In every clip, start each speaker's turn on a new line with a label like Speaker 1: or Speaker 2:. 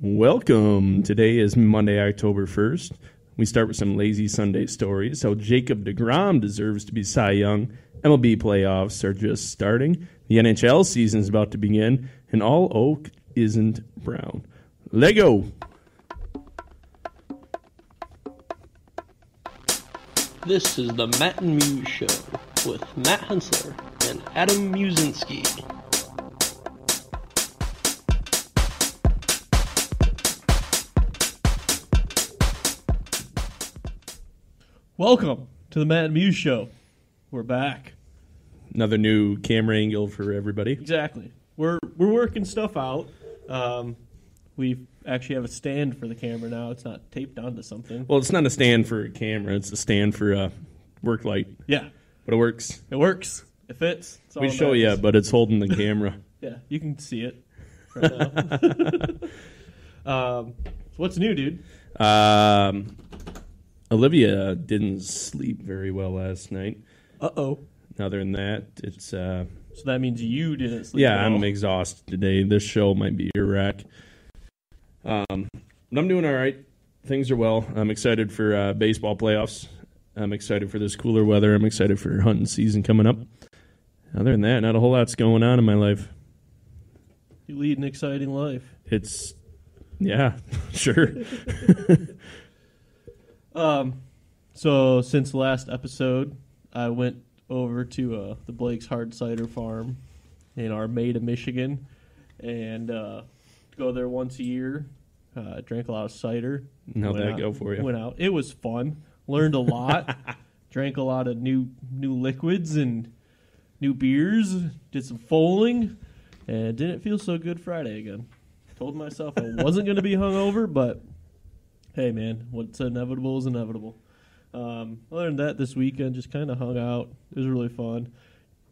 Speaker 1: Welcome. Today is Monday, October 1st. We start with some lazy Sunday stories. How Jacob DeGrom deserves to be Cy Young. MLB playoffs are just starting. The NHL season is about to begin, and all oak isn't brown. Lego.
Speaker 2: This is the Matt and Muse Show with Matt Hensler and Adam Musinski.
Speaker 3: Welcome to the Matt and Muse Show. We're back.
Speaker 1: Another new camera angle for everybody.
Speaker 3: Exactly. We're we're working stuff out. Um, we actually have a stand for the camera now. It's not taped onto something.
Speaker 1: Well, it's not a stand for a camera, it's a stand for a work light,
Speaker 3: Yeah,
Speaker 1: but it works.
Speaker 3: it works. It fits. It's all
Speaker 1: We
Speaker 3: that
Speaker 1: show you,
Speaker 3: matters.
Speaker 1: but it's holding the camera.
Speaker 3: Yeah, you can see it. Right now. um, what's new, dude?
Speaker 1: Um, Olivia didn't sleep very well last night.
Speaker 3: Uh oh.
Speaker 1: Other than that, it's uh,
Speaker 3: So that means you didn't sleep.
Speaker 1: yeah,
Speaker 3: at
Speaker 1: I'm
Speaker 3: all.
Speaker 1: exhausted today. This show might be a wreck. Um, but I'm doing all right. Things are well. I'm excited for uh, baseball playoffs. I'm excited for this cooler weather. I'm excited for hunting season coming up. Other than that, not a whole lot's going on in my life.
Speaker 3: You lead an exciting life.
Speaker 1: It's yeah, sure.
Speaker 3: Um, so since last episode, I went over to uh, the Blake's Hard Cider Farm in Armada, Michigan, and uh, go there once a year. Uh, drank a lot of cider.
Speaker 1: And how'd
Speaker 3: Went
Speaker 1: that
Speaker 3: out-
Speaker 1: go for you?
Speaker 3: Went out. It was fun. Learned a lot. drank a lot of new new liquids and new beers. Did some foaling, and didn't feel so good Friday again. Told myself I wasn't going to be hungover, but hey, man, what's inevitable is inevitable. Um, other than that, this weekend just kind of hung out. It was really fun.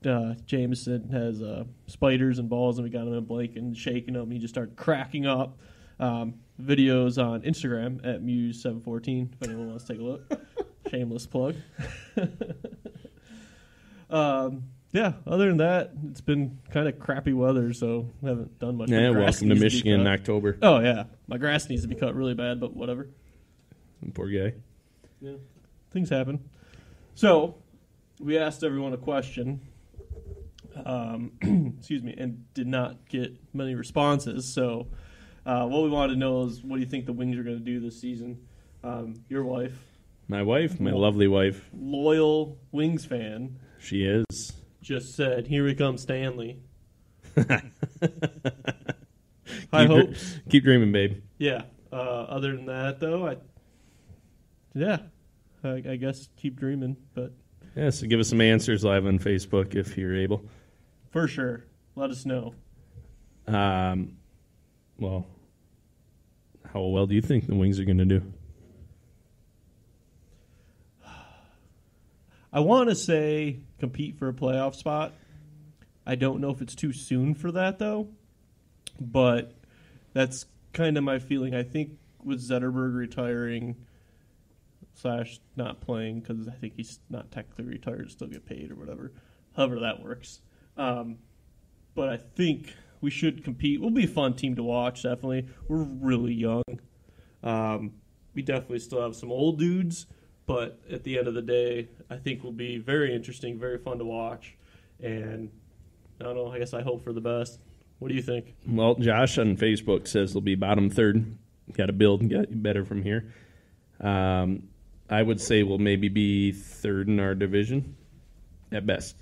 Speaker 3: Uh, Jameson has uh, spiders and balls, and we got him in a blanket and shaking him. He just started cracking up. Um, videos on Instagram at Muse714 if anyone wants to take a look. Shameless plug. um, yeah, other than that, it's been kind of crappy weather, so I haven't done much.
Speaker 1: yeah,
Speaker 3: My grass
Speaker 1: welcome to
Speaker 3: needs be
Speaker 1: Michigan in
Speaker 3: cut.
Speaker 1: October.
Speaker 3: Oh yeah, my grass needs to be cut really bad, but whatever.
Speaker 1: Poor guy.
Speaker 3: Things happen. So we asked everyone a question. Um, excuse me, and did not get many responses. So uh, what we wanted to know is, what do you think the Wings are going to do this season? Um, your wife,
Speaker 1: My wife, my
Speaker 3: Well-
Speaker 1: lovely wife,
Speaker 3: loyal Wings fan,
Speaker 1: she is.
Speaker 3: just said, "Here we come, Stanley." High
Speaker 1: Keep dr-
Speaker 3: hopes.
Speaker 1: Keep dreaming, babe.
Speaker 3: Yeah. Uh, other than that, though, I yeah, I, I guess keep dreaming, but
Speaker 1: Yeah, so give us some answers live on Facebook if you're able.
Speaker 3: for sure, let us know.
Speaker 1: Um, well, how well do you think the Wings are going to do?
Speaker 3: I want to say compete for a playoff spot. I don't know if it's too soon for that though, but that's kind of my feeling. I think with Zetterberg retiring slash not playing because I think he's not technically retired, still get paid or whatever, however that works. Um, but I think we should compete. We'll be a fun team to watch. Definitely, we're really young. Um, we definitely still have some old dudes, but at the end of the day, I think will be very interesting, very fun to watch. And I don't know. I guess I hope for the best. What do you think?
Speaker 1: Well, Josh on Facebook says they'll be bottom third. Got to build and get better from here. Um, I would say we'll maybe be third in our division at best.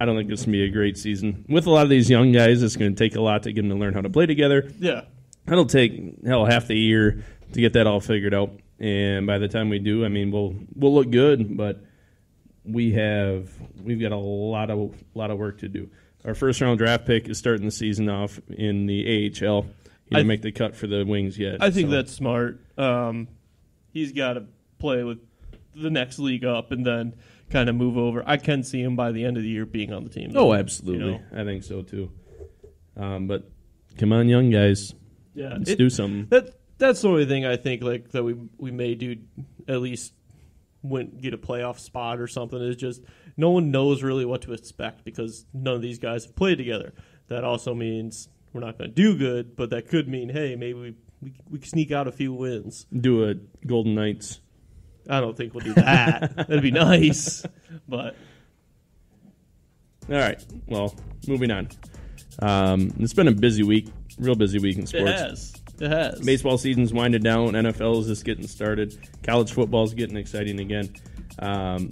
Speaker 1: I don't think this can be a great season. With a lot of these young guys, it's going to take a lot to get them to learn how to play together.
Speaker 3: Yeah,
Speaker 1: That'll take hell half the year to get that all figured out. And by the time we do, I mean we'll we'll look good, but we have we've got a lot of lot of work to do. Our first round draft pick is starting the season off in the AHL. He
Speaker 3: I-
Speaker 1: didn't make the cut for the Wings yet.
Speaker 3: I think
Speaker 1: so-
Speaker 3: that's smart. Um, he's got to play with the next league up and then kind of move over. I can see him by the end of the year being on the team. though,
Speaker 1: oh
Speaker 3: you
Speaker 1: absolutely,
Speaker 3: know?
Speaker 1: I think so too. Um, but come on, young guys,
Speaker 3: Yeah,
Speaker 1: let's
Speaker 3: it-
Speaker 1: do something.
Speaker 3: That that's the only thing I think like that we we may do at least win get a playoff spot or something is just no one knows really what to expect because none of these guys have played together. That also means we're not going to do good, but that could mean hey, maybe we, we we sneak out a few wins.
Speaker 1: Do a Golden Knights.
Speaker 3: I don't think we'll do that. That'd be nice, but
Speaker 1: All right. Well, moving on. Um, it's been a busy week, real busy week in
Speaker 3: it
Speaker 1: sports.
Speaker 3: has it has
Speaker 1: Baseball season's winding down. NFL is just getting started. College football's getting exciting again. Um,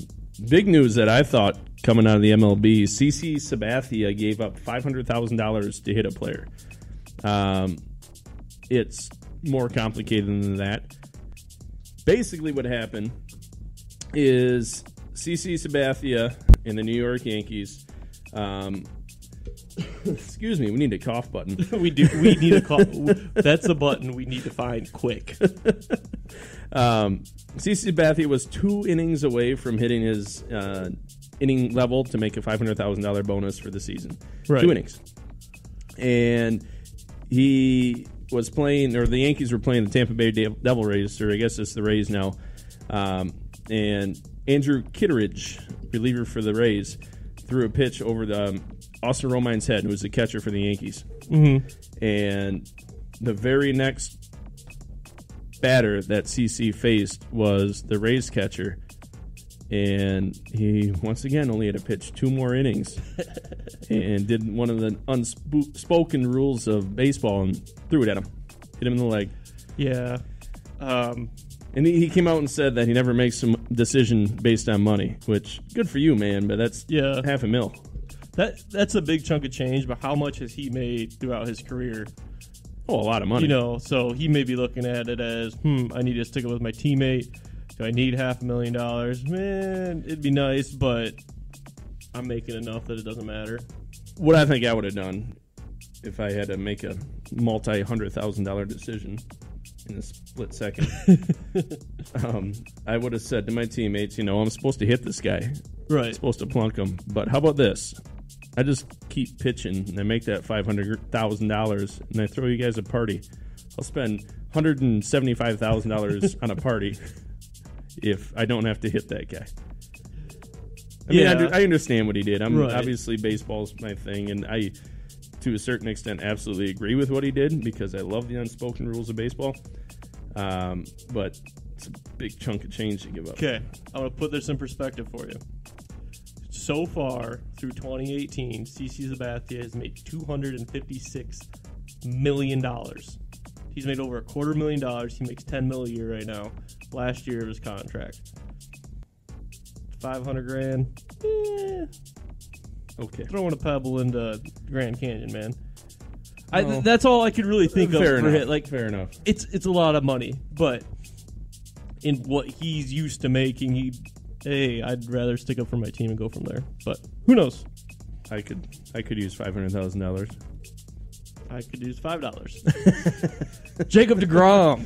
Speaker 1: big news that I thought coming out of the MLB: CC Sabathia gave up five hundred thousand dollars to hit a player. Um, it's more complicated than that. Basically, what happened is CC Sabathia and the New York Yankees. Um, excuse me, we need a cough button.
Speaker 3: we do we need a call. That's a button we need to find quick.
Speaker 1: Um, CC Sabathia was two innings away from hitting his uh, inning level to make a five hundred thousand dollar bonus for the season.
Speaker 3: Right.
Speaker 1: Two innings, and he was playing, or the Yankees were playing the Tampa Bay De- Devil Rays, or I guess it's the Rays now. Um, and Andrew Kitteridge, reliever for the Rays, threw a pitch over the um, Austin Romine's head, who was the catcher for the Yankees and the very next batter that CC faced was the Rays catcher, and he once again only had to pitch two more innings, and did one of the unspoken rules of baseball and threw it at him, hit him in the leg,
Speaker 3: Yeah. Um,
Speaker 1: and he he came out and said that he never makes a decision based on money, which good for you, man, but that's
Speaker 3: Yeah.
Speaker 1: half a mil.
Speaker 3: that that's a big chunk of change, but how much has he made throughout his career?
Speaker 1: Oh, a lot of money.
Speaker 3: You know, so he may be looking at it as, hmm, I need to stick it with my teammate. Do I need half a million dollars? Man, it'd be nice, but I'm making enough that it doesn't matter.
Speaker 1: what I think I would have done if I had to make a multi hundred thousand dollar decision in a split second, um, I would have said to my teammates, you know, I'm supposed to hit this guy,
Speaker 3: Right.
Speaker 1: supposed to plunk him, but how about this? I just keep pitching and I make that five hundred thousand dollars, and I throw you guys a party. I'll spend hundred and seventy five thousand dollars on a party if I don't have to hit that guy. I mean, I,
Speaker 3: Yeah.
Speaker 1: under- I understand what he did. I'm
Speaker 3: Right.
Speaker 1: obviously baseball's my thing, and I, to a certain extent, absolutely agree with what he did because I love the unspoken rules of baseball. Um, but it's a big chunk of change to give up.
Speaker 3: Okay, I'm going to put this in perspective for you. So far, through 2018, CC Sabathia has made $256 million. He's made over a quarter million dollars. He makes 10 mil a year right now. Last year of his contract. 500 grand. Eh,
Speaker 1: Okay.
Speaker 3: throwing a pebble into Grand Canyon, man. I,
Speaker 1: No.
Speaker 3: that's all I could really think of
Speaker 1: Fair
Speaker 3: for
Speaker 1: enough.
Speaker 3: hit. Like
Speaker 1: fair enough.
Speaker 3: it's it's a lot of money, but in what he's used to making, he hey, I'd rather stick up for my team and go from there. But who knows?
Speaker 1: I could I could use five hundred thousand dollars.
Speaker 3: I could use five dollars. Jacob Degrom,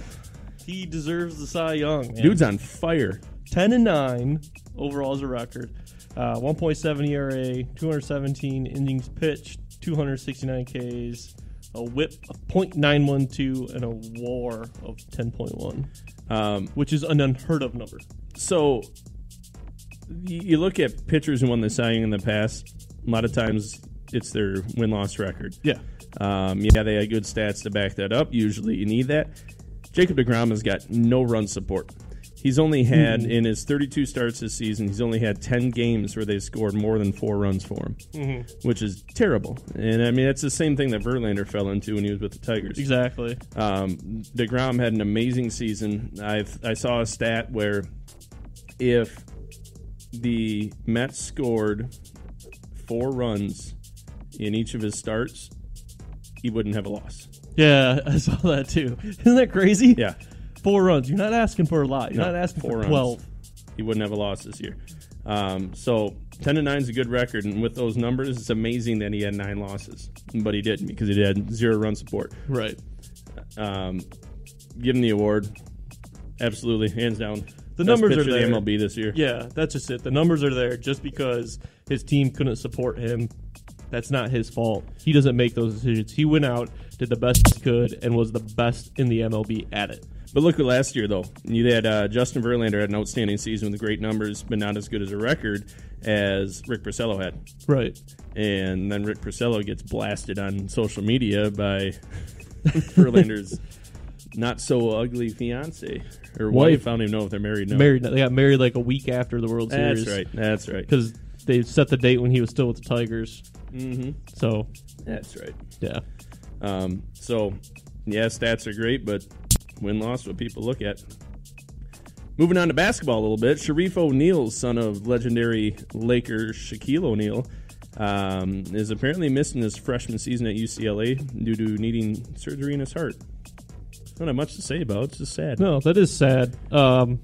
Speaker 3: he deserves the Cy Young. Man.
Speaker 1: Dude's on fire.
Speaker 3: ten and nine overall is a record. Uh, 1.7 ERA, 217 innings pitched, 269 Ks, a WHIP of .912, and a WAR of 10.1,
Speaker 1: Um,
Speaker 3: which is an unheard of number.
Speaker 1: so y- you look at pitchers who won the Cy Young in the past. A lot of times it's their win loss record.
Speaker 3: Yeah,
Speaker 1: Um, yeah, they had good stats to back that up. Usually, you need that. Jacob Degrom has got no run support. He's only had
Speaker 3: Mm-hmm.
Speaker 1: in his 32 starts this season. He's only had 10 games where they've scored more than four runs for him,
Speaker 3: Mm-hmm.
Speaker 1: which is terrible. And I mean, that's the same thing that Verlander fell into when he was with the Tigers.
Speaker 3: exactly.
Speaker 1: Um, Degrom had an amazing season. I I saw a stat where if the Mets scored four runs in each of his starts, he wouldn't have a loss.
Speaker 3: Yeah, I saw that too. Isn't that crazy?
Speaker 1: Yeah,
Speaker 3: Four runs. You're not asking for a lot. You're
Speaker 1: No,
Speaker 3: not asking
Speaker 1: four
Speaker 3: for
Speaker 1: runs.
Speaker 3: 12.
Speaker 1: he wouldn't have a loss this year. Um, so ten to nine is a good record, and with those numbers, it's amazing that he had nine losses, but he didn't because he had zero run support.
Speaker 3: Right.
Speaker 1: Um, give him the award, absolutely, hands down.
Speaker 3: The
Speaker 1: Best
Speaker 3: numbers are
Speaker 1: pitcher of
Speaker 3: there.
Speaker 1: the MLB this year.
Speaker 3: Yeah, that's just it. The numbers are there just because his team couldn't support him. That's not his fault. He doesn't make those decisions. He went out, did the best he could, and was the best in the MLB at it.
Speaker 1: But look at last year, though. You had uh, Justin Verlander had an outstanding season with great numbers, but not as good as a record as Rick Porcello had.
Speaker 3: Right.
Speaker 1: And then Rick Porcello gets blasted on social media by Verlander's not so ugly fiance or wife.
Speaker 3: Wife.
Speaker 1: I don't even know if they're married now.
Speaker 3: Married. They got married like a week after the World
Speaker 1: That's
Speaker 3: Series.
Speaker 1: right. That's right.
Speaker 3: Because they set the date when he was still with the Tigers.
Speaker 1: Mm-hmm.
Speaker 3: So
Speaker 1: That's right.
Speaker 3: yeah,
Speaker 1: Um, so, yeah, stats are great, but win loss what people look at. Moving on to basketball a little bit, Sharif O'Neal, son of legendary Laker Shaquille O'Neal, um, is apparently missing his freshman season at UCLA due to needing surgery in his heart. Don't have much to say about. it, It's just sad.
Speaker 3: no, that is sad. Um,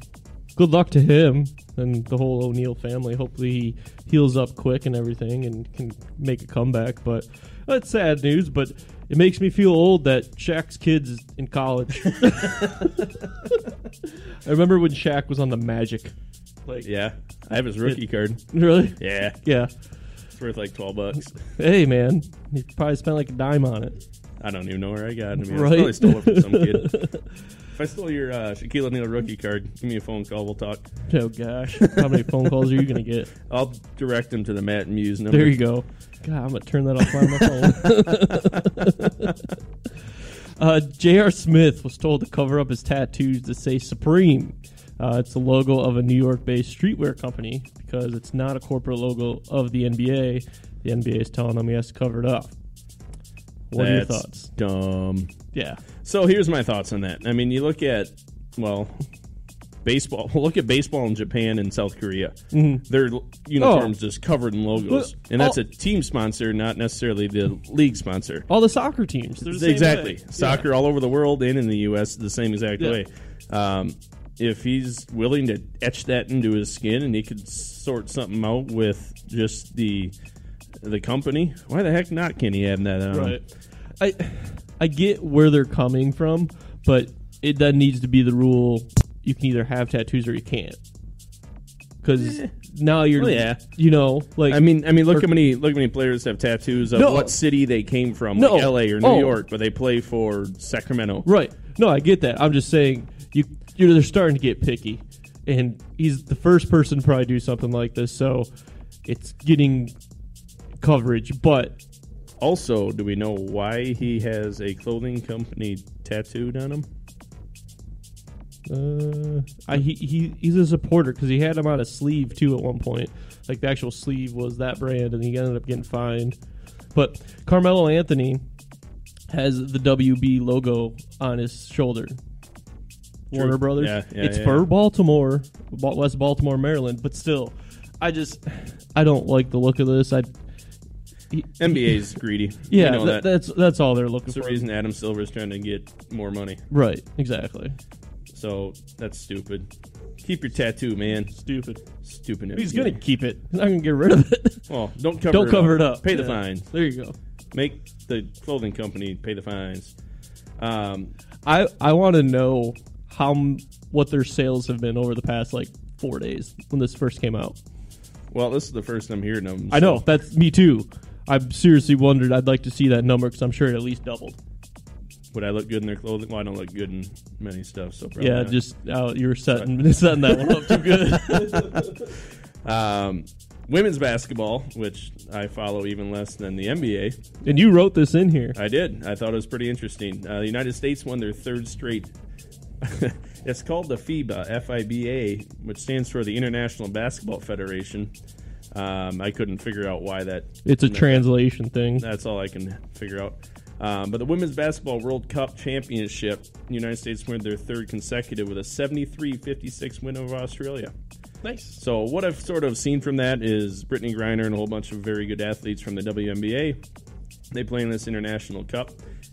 Speaker 3: good luck to him and the whole O'Neal family. Hopefully he heals up quick and everything and can make a comeback. But that's sad news. But it makes me feel old that Shaq's kids in college. I remember when Shaq was on the Magic. Like
Speaker 1: Yeah, I have his rookie card.
Speaker 3: really,
Speaker 1: Yeah,
Speaker 3: yeah.
Speaker 1: it's worth like twelve bucks.
Speaker 3: Hey man, he probably spent like a dime on it.
Speaker 1: I don't even know where I got it. I mean,
Speaker 3: Right.
Speaker 1: I probably stole it from some kid. if I stole your uh, Shaquille O'Neal rookie card, give me a phone call. We'll talk.
Speaker 3: Oh gosh, how many phone calls are you gonna get?
Speaker 1: I'll direct him to the Matt Muse number.
Speaker 3: There you go. God, I'm gonna turn that off on my phone. uh, J.R. Smith was told to cover up his tattoos to say Supreme. Uh, it's the logo of a New York-based streetwear company because it's not a corporate logo of the NBA. The NBA is telling him he has to cover it up. What are your
Speaker 1: That's
Speaker 3: thoughts?
Speaker 1: Dumb.
Speaker 3: Yeah,
Speaker 1: So here's my thoughts on that. I mean, you look at well, baseball. Look at baseball in Japan and South Korea. Their l- uniforms just covered in logos,
Speaker 3: Mm-hmm. Oh. Well, oh.
Speaker 1: and that's a
Speaker 3: all-
Speaker 1: team sponsor, not necessarily the league sponsor.
Speaker 3: all the soccer teams. They're the same
Speaker 1: exactly
Speaker 3: way.
Speaker 1: soccer all over the world and in the U.S. the same exact
Speaker 3: Yeah.
Speaker 1: way. Um, if he's willing to etch that into his skin and he could sort something out with just the the company, why the heck not? Can he have that? On?
Speaker 3: Right. I I get where they're coming from, but it then needs to be the rule: you can either have tattoos or you can't. Because now you're,
Speaker 1: Eh. Well, yeah.
Speaker 3: you know, like
Speaker 1: I mean, I mean, look
Speaker 3: Or-
Speaker 1: how many look how many players have tattoos of
Speaker 3: No.
Speaker 1: what city they came from,
Speaker 3: No.
Speaker 1: like L.A. or New
Speaker 3: Oh.
Speaker 1: York, but they play for Sacramento.
Speaker 3: right? No, I get that. I'm just saying you, you're they're starting to get picky, and he's the first person to probably do something like this, so it's getting coverage. But
Speaker 1: Also, do we know why he has a clothing company tattooed on him?
Speaker 3: Uh, I, he, he he's a supporter because he had him on a sleeve too at one point. Like the actual sleeve was that brand, and he ended up getting fined. But Carmelo Anthony has the WB logo on his shoulder. Warner Brothers.
Speaker 1: Yeah, yeah,
Speaker 3: it's
Speaker 1: yeah.
Speaker 3: for Baltimore, Ba- West Baltimore, Maryland. But still, I just I don't like the look of this. I he-
Speaker 1: NBA's greedy. We
Speaker 3: yeah,
Speaker 1: know
Speaker 3: tha-
Speaker 1: that.
Speaker 3: that's that's all they're looking
Speaker 1: It's the
Speaker 3: for.
Speaker 1: reason Adam Silver is trying to get more money.
Speaker 3: Right, exactly.
Speaker 1: So that's stupid. Keep your tattoo, man.
Speaker 3: Stupid.
Speaker 1: Stupid.
Speaker 3: He's
Speaker 1: idiot.
Speaker 3: gonna keep it. He's not gonna get rid of it.
Speaker 1: Well, don't cover.
Speaker 3: Don't
Speaker 1: it
Speaker 3: cover
Speaker 1: up.
Speaker 3: it up.
Speaker 1: Pay the
Speaker 3: Yeah.
Speaker 1: fines.
Speaker 3: There you go.
Speaker 1: Make the clothing company pay the fines. Um,
Speaker 3: I I want to know how m- what their sales have been over the past like four days when this first came out.
Speaker 1: well, this is the first I'm hearing them.
Speaker 3: I know that's me too. I've seriously wondered. I'd like to see that number because I'm sure it at least doubled.
Speaker 1: Would I look good in their clothing? Well, I don't look good in many stuff. So probably
Speaker 3: yeah,
Speaker 1: not.
Speaker 3: just uh, you were setting setting that one up too good.
Speaker 1: um, women's basketball, which I follow even less than the NBA.
Speaker 3: and you wrote this in here.
Speaker 1: I did. I thought it was pretty interesting. Uh, the United States won their third straight. it's called the FIBA, F-I-B-A, which stands for the International Basketball Federation. Um, I couldn't figure out why that.
Speaker 3: It's a translation thing.
Speaker 1: That's all I can figure out. Um, but the Women's Basketball World Cup Championship, the United States won their third consecutive with a 73-56 win over Australia.
Speaker 3: Nice.
Speaker 1: So what I've sort of seen from that is Brittany Griner and a whole bunch of very good athletes from the WNBA. They play in this international cup,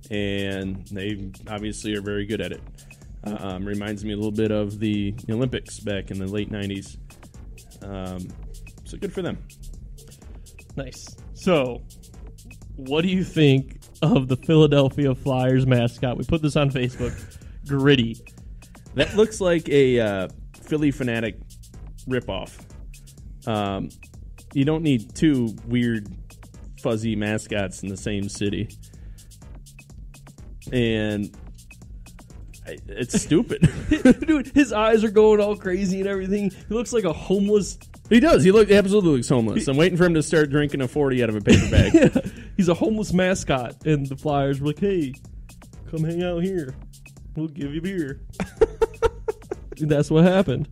Speaker 1: and they obviously are very good at it. Um, reminds me a little bit of the Olympics back in the late '90s. Um, so good for them.
Speaker 3: Nice. So, what do you think of the Philadelphia Flyers mascot? We put this on Facebook. Gritty.
Speaker 1: That looks like a uh, Philly fanatic ripoff. Um, you don't need two weird, fuzzy mascots in the same city. and I, it's stupid.
Speaker 3: Dude, his eyes are going all crazy and everything. He looks like a homeless.
Speaker 1: he does. He look absolutely looks homeless. I'm waiting for him to start drinking a forty out of a paper bag.
Speaker 3: he's a homeless mascot, and the Flyers were like, "Hey, come hang out here. We'll give you beer." And that's what happened.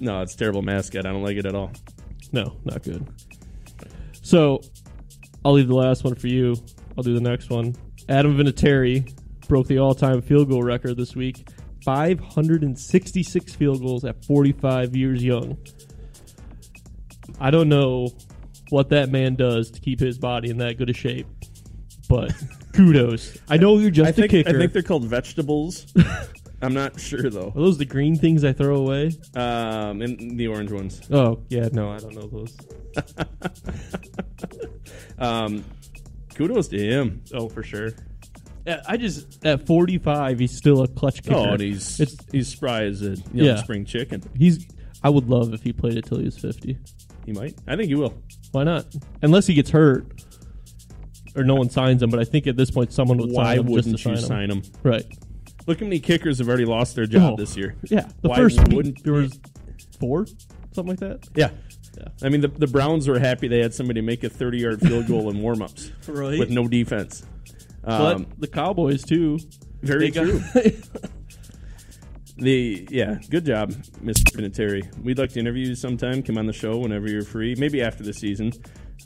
Speaker 1: no, it's a terrible mascot. I don't like it at all.
Speaker 3: No, not good. So, I'll leave the last one for you. I'll do the next one. Adam Vinatieri broke the all-time field goal record this week. 566 field goals at 45 years young. I don't know what that man does to keep his body in that good a shape, but kudos. I know you're just
Speaker 1: I
Speaker 3: a
Speaker 1: think
Speaker 3: kicker.
Speaker 1: I think they're called vegetables. I'm not sure though.
Speaker 3: Are those the green things I throw away?
Speaker 1: Um, and the orange ones.
Speaker 3: Oh, yeah, no, I don't know those.
Speaker 1: Um, kudos to him.
Speaker 3: Oh, for sure. I just at 45, he's still a clutch kicker.
Speaker 1: Oh, and he's
Speaker 3: It's-
Speaker 1: he's spry as a young
Speaker 3: Yeah.
Speaker 1: spring chicken.
Speaker 3: He's. I would love if he played it till he was 50.
Speaker 1: He might. I think he will.
Speaker 3: Why not? Unless he gets hurt, or no one signs him. But I think at this point, someone would
Speaker 1: Why
Speaker 3: sign him
Speaker 1: wouldn't
Speaker 3: just to
Speaker 1: you
Speaker 3: sign him.
Speaker 1: sign him?
Speaker 3: Right.
Speaker 1: Look how many kickers have already lost their job
Speaker 3: Oh.
Speaker 1: this year.
Speaker 3: Yeah. The
Speaker 1: Why
Speaker 3: first
Speaker 1: wouldn't-
Speaker 3: week there was four, something like that.
Speaker 1: Yeah. I mean, the, the Browns were happy they had somebody make a 30 yard field goal in warm ups
Speaker 3: Right.
Speaker 1: with no defense.
Speaker 3: but
Speaker 1: Um,
Speaker 3: the Cowboys too.
Speaker 1: very
Speaker 3: got-
Speaker 1: true. The yeah, good job, Mr. Vinatieri. We'd like to interview you sometime. Come on the show whenever you're free. Maybe after the season.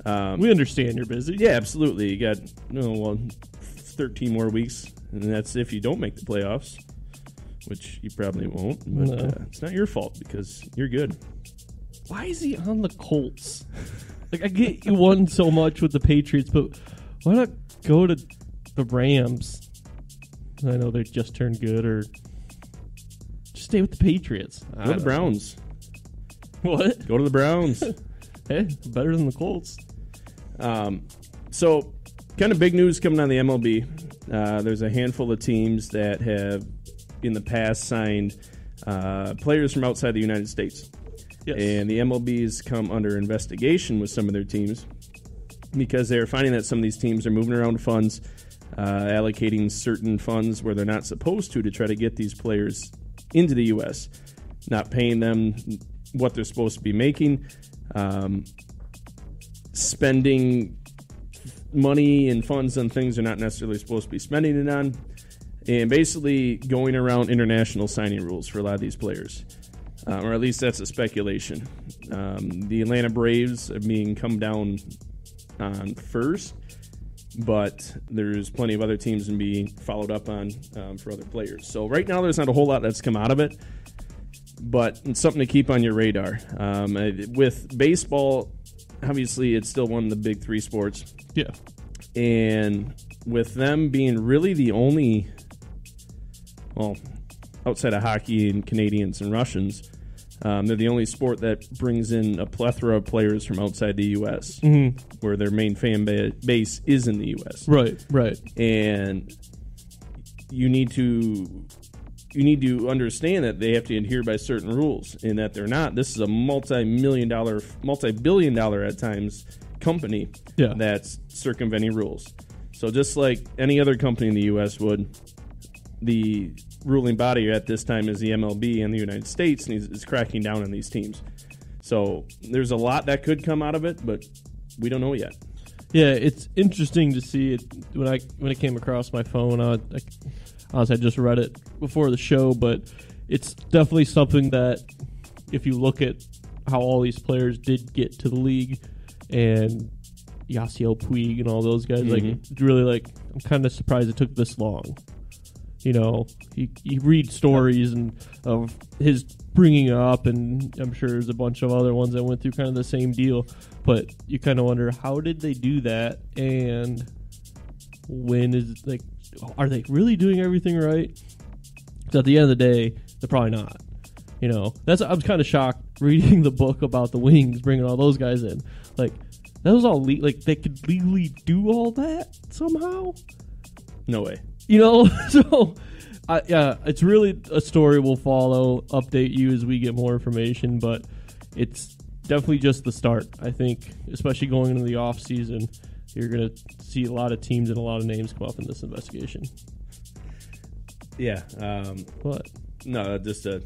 Speaker 1: Um,
Speaker 3: we understand you're busy.
Speaker 1: yeah, absolutely. You got no well, 13 more weeks, and that's if you don't make the playoffs, which you probably won't. But
Speaker 3: No.
Speaker 1: uh, it's not your fault because you're good.
Speaker 3: Why is he on the Colts? Like I get you won so much with the Patriots, but why not go to the Rams? I know they just turned good, or just stay with the Patriots. I
Speaker 1: Go to
Speaker 3: don't
Speaker 1: the Browns.
Speaker 3: know. What?
Speaker 1: Go to the Browns.
Speaker 3: Hey, better than the Colts.
Speaker 1: Um, so, kind of big news coming on the MLB. Uh, there's a handful of teams that have, in the past, signed uh, players from outside the United States.
Speaker 3: Yes.
Speaker 1: And the MLB has come under investigation with some of their teams because they're finding that some of these teams are moving around funds, uh, allocating certain funds where they're not supposed to to try to get these players into the U.S., not paying them what they're supposed to be making, um, spending money and funds on things they're not necessarily supposed to be spending it on, and basically going around international signing rules for a lot of these players. Uh, or at least that's a speculation. Um, the Atlanta Braves are being come down on first, but there's plenty of other teams and being followed up on um, for other players. So right now, there's not a whole lot that's come out of it, but it's something to keep on your radar. Um, uh, with baseball, obviously, it's still one of the big three sports
Speaker 3: yeah.
Speaker 1: and with them being really the only, well, outside of hockey and Canadians and Russians, um, they're the only sport that brings in a plethora of players from outside the U.S., where their main fan ba- base is in the U.S.
Speaker 3: Right. Right.
Speaker 1: And you need to you need to understand that they have to adhere by certain rules, and that they're not. This is a multi-million dollar, multi-billion dollar at times company
Speaker 3: Yeah.
Speaker 1: that's circumventing rules. So just like any other company in the U.S. would, the ruling body at this time is the MLB in the United States, and is- is cracking down on these teams. So there's a lot that could come out of it, but we don't know yet.
Speaker 3: Yeah, it's interesting to see it when I when it came across my phone. I, I honestly I just read it before the show, but it's definitely something that if you look at how all these players did get to the league and Yasiel Puig and all those guys, like it's really like I'm kind of surprised it took this long. You know, you, you read stories and of his bringing up, and I'm sure there's a bunch of other ones that went through kind of the same deal. But you kind of wonder how did they do that, and when is like, are they really doing everything right? 'Cause at the end of the day, they're probably not. You know, that's I was kind of shocked reading the book about the wings bringing all those guys in. Like that was all le- like they could legally do all that somehow.
Speaker 1: No way.
Speaker 3: You know, so I, yeah, it's really a story we'll follow. Update you as we get more information, but it's definitely just the start. I think, especially going into the off season, you're gonna see a lot of teams and a lot of names come up in this investigation.
Speaker 1: Yeah. Um,
Speaker 3: What?
Speaker 1: no, just a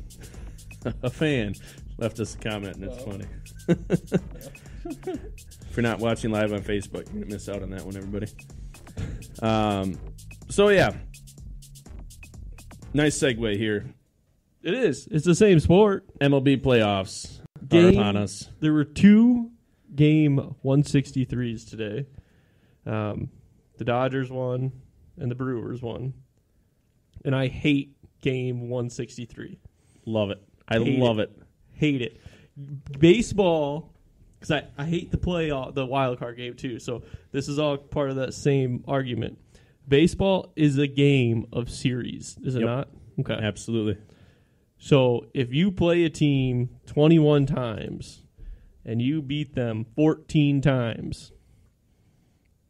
Speaker 1: a fan left us a comment, and it's
Speaker 4: Oh.
Speaker 1: funny. if you're not watching live on Facebook, you're gonna miss out on that one, everybody. Um, so yeah, nice segue here.
Speaker 3: It is. It's the same sport.
Speaker 1: MLB playoffs are
Speaker 3: Game-
Speaker 1: upon us.
Speaker 3: There were two game 163s today. Um, the Dodgers won and the Brewers won. And I hate game 163.
Speaker 1: Love it. I
Speaker 3: Hate
Speaker 1: love it.
Speaker 3: Hate it. Baseball, because I, I hate the play the wild card game too. So this is all part of that same argument. Baseball is a game of series, is it
Speaker 1: Yep.
Speaker 3: not? Okay.
Speaker 1: Absolutely.
Speaker 3: So if you play a team 21 times and you beat them 14 times,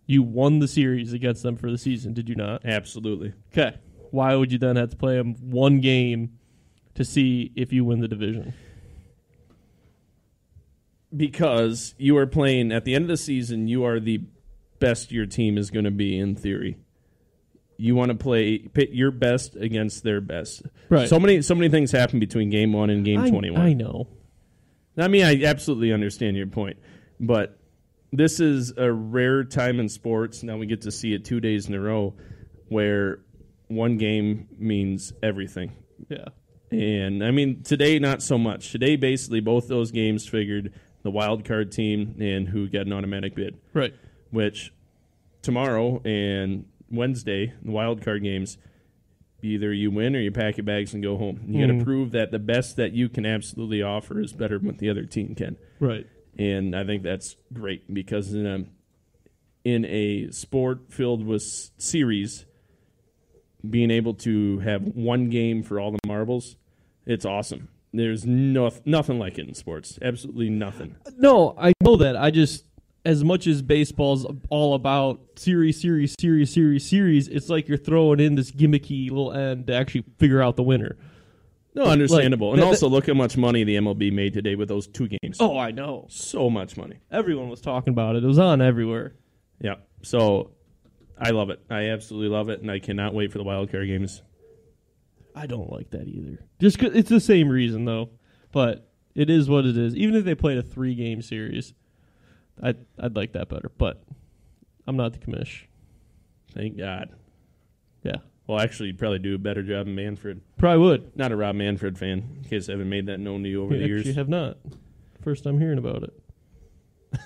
Speaker 3: you won the series against them for the season, did you not?
Speaker 1: Absolutely.
Speaker 3: Okay. Why would you then have to play them one game to see if you win the division?
Speaker 1: Because you are playing at the end of the season, you are the best your team is going to be in theory. You want to play pit your best against their best.
Speaker 3: Right.
Speaker 1: So many so many things happen between game 1 and game
Speaker 3: I,
Speaker 1: 21.
Speaker 3: I know.
Speaker 1: I mean, I absolutely understand your point, but this is a rare time in sports. Now we get to see it two days in a row where one game means everything.
Speaker 3: Yeah.
Speaker 1: And I mean, today not so much. Today, basically, both those games figured the wild card team and who got an automatic bid.
Speaker 3: Right.
Speaker 1: Which tomorrow and Wednesday, the wild card games, either you win or you pack your bags and go home. You got to
Speaker 3: Mm.
Speaker 1: prove that the best that you can absolutely offer is better than what the other team can
Speaker 3: Right.
Speaker 1: and I think that's great because in a in a sport filled with s- series, being able to have one game for all the marbles, it's awesome. There's no, nothing like it in sports. Absolutely nothing.
Speaker 3: No, I know that. I just as much as baseball's all about series, series, series, series, series, it's like you're throwing in this gimmicky little end to actually figure out the winner.
Speaker 1: No, understandable. and
Speaker 3: that-
Speaker 1: also, look how much money the MLB made today with those two games.
Speaker 3: Oh, I know.
Speaker 1: so much money.
Speaker 3: Everyone was talking about it. It was on everywhere.
Speaker 1: Yeah. So, I love it. I absolutely love it, and I cannot wait for the wild card games.
Speaker 3: I don't like that either. Just 'cause- it's the same reason though, but it is what it is. Even if they played a three game series, I would I'd like that better. But I'm not the commish.
Speaker 1: Thank God.
Speaker 3: Yeah,
Speaker 1: Well, actually, you'd probably do a better job in Manfred.
Speaker 3: probably would.
Speaker 1: Not a Rob Manfred fan, in case I haven't made that known to you over
Speaker 3: You
Speaker 1: the
Speaker 3: actually
Speaker 1: years.
Speaker 3: have not. First time hearing about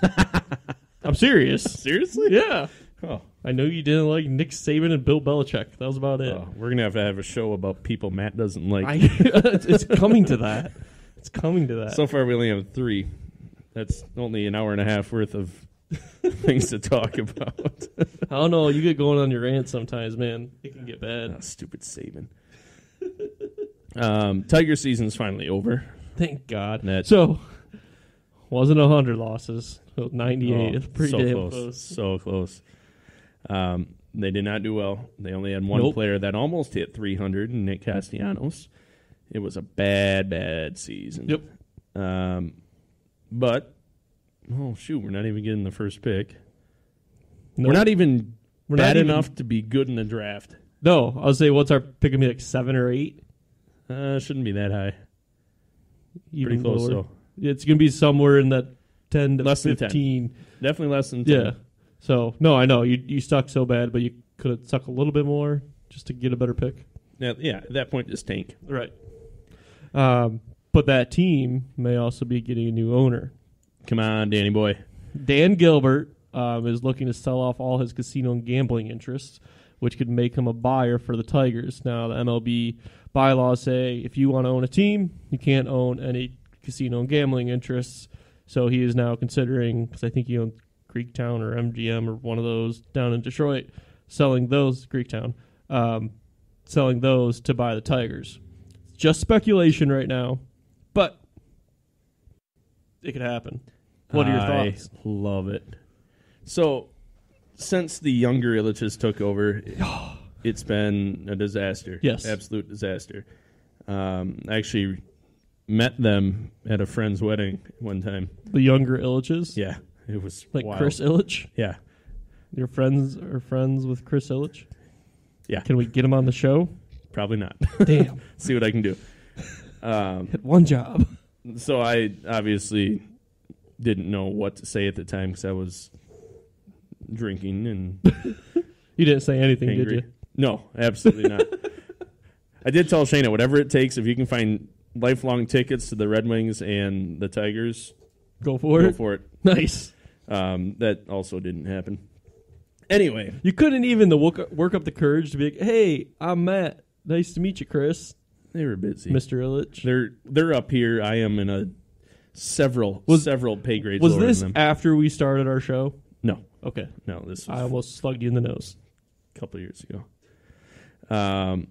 Speaker 3: it. I'm serious.
Speaker 1: Seriously?
Speaker 3: Yeah.
Speaker 1: Oh.
Speaker 3: I know you didn't like Nick Saban and Bill Belichick. That was about it.
Speaker 1: Oh, we're gonna have to have a show about people Matt doesn't like.
Speaker 3: I, it's coming to that. It's coming to that.
Speaker 1: so far, we only have three. That's only an hour and a half worth of things to talk about.
Speaker 3: I don't know. You get going on your rant sometimes, man. It can get
Speaker 1: Oh,
Speaker 3: bad.
Speaker 1: stupid Saban. Um, Tiger season's finally over.
Speaker 3: Thank God.
Speaker 1: That-
Speaker 3: So, wasn't 100 losses. so 98.
Speaker 1: Oh,
Speaker 3: it's pretty
Speaker 1: so
Speaker 3: damn
Speaker 1: close,
Speaker 3: close.
Speaker 1: So close. Um, they did not do well. They only had one
Speaker 3: Nope.
Speaker 1: player that almost hit 300, and Nick Castellanos. It was a bad, bad season.
Speaker 3: Yep.
Speaker 1: Um, but oh shoot, we're not even getting the first pick.
Speaker 3: Nope.
Speaker 1: We're not even
Speaker 3: We're not
Speaker 1: bad
Speaker 3: even-
Speaker 1: enough to be good in the draft.
Speaker 3: No, I would say, what's our pick going to be like seven or eight?
Speaker 1: Uh, shouldn't be that high.
Speaker 3: Even
Speaker 1: Pretty close
Speaker 3: lower.
Speaker 1: though.
Speaker 3: It's going to be somewhere in that 10 to
Speaker 1: Less than 10.
Speaker 3: 15.
Speaker 1: Definitely less than 10.
Speaker 3: Yeah. So no, I know you you suck so bad, but you could have sucked a little bit more just to get a better pick.
Speaker 1: Yeah, yeah, at that point just tank.
Speaker 3: Right. Um, but that team may also be getting a new owner.
Speaker 1: Come on, Danny boy.
Speaker 3: Dan Gilbert um, is looking to sell off all his casino and gambling interests, which could make him a buyer for the Tigers. Now the MLB bylaws say if you want to own a team, you can't own any casino and gambling interests. So he is now considering because I think he owns Greektown or MGM or one of those down in Detroit, selling those Greektown, um, selling those to buy the Tigers. Just speculation right now, but it could happen. What are your
Speaker 1: I
Speaker 3: thoughts?
Speaker 1: Love it. So, since the younger Illiches took over, it's been a disaster.
Speaker 3: Yes.
Speaker 1: absolute disaster. Um, I actually met them at a friend's wedding one time.
Speaker 3: the younger Illiches?
Speaker 1: Yeah, it was
Speaker 3: Like
Speaker 1: wild.
Speaker 3: Chris Illich?
Speaker 1: Yeah,
Speaker 3: Your friends are friends with Chris Illich?
Speaker 1: Yeah.
Speaker 3: Can we get him on the show?
Speaker 1: Probably not.
Speaker 3: Damn.
Speaker 1: See what I can do. Um,
Speaker 3: Had one job.
Speaker 1: so I obviously didn't know what to say at the time because I was drinking and
Speaker 3: You didn't say anything,
Speaker 1: angry.
Speaker 3: did you?
Speaker 1: No, absolutely not. I did tell Shayna whatever it takes. If you can find lifelong tickets to the Red Wings and the Tigers,
Speaker 3: Go for
Speaker 1: go
Speaker 3: it.
Speaker 1: for it.
Speaker 3: Nice.
Speaker 1: Um, that also didn't happen. Anyway,
Speaker 3: You couldn't even the work, work up the courage to be like, "Hey, I'm Matt. Nice to meet you, Chris,
Speaker 1: they were busy.
Speaker 3: Mister Illich."
Speaker 1: They're they're up here. I am in a several
Speaker 3: Was-
Speaker 1: several pay grades.
Speaker 3: Was
Speaker 1: lower than
Speaker 3: this
Speaker 1: them.
Speaker 3: after we started our show?
Speaker 1: no
Speaker 3: Okay,
Speaker 1: no? This was
Speaker 3: I almost slugged you in the nose.
Speaker 1: a couple of years ago. Um,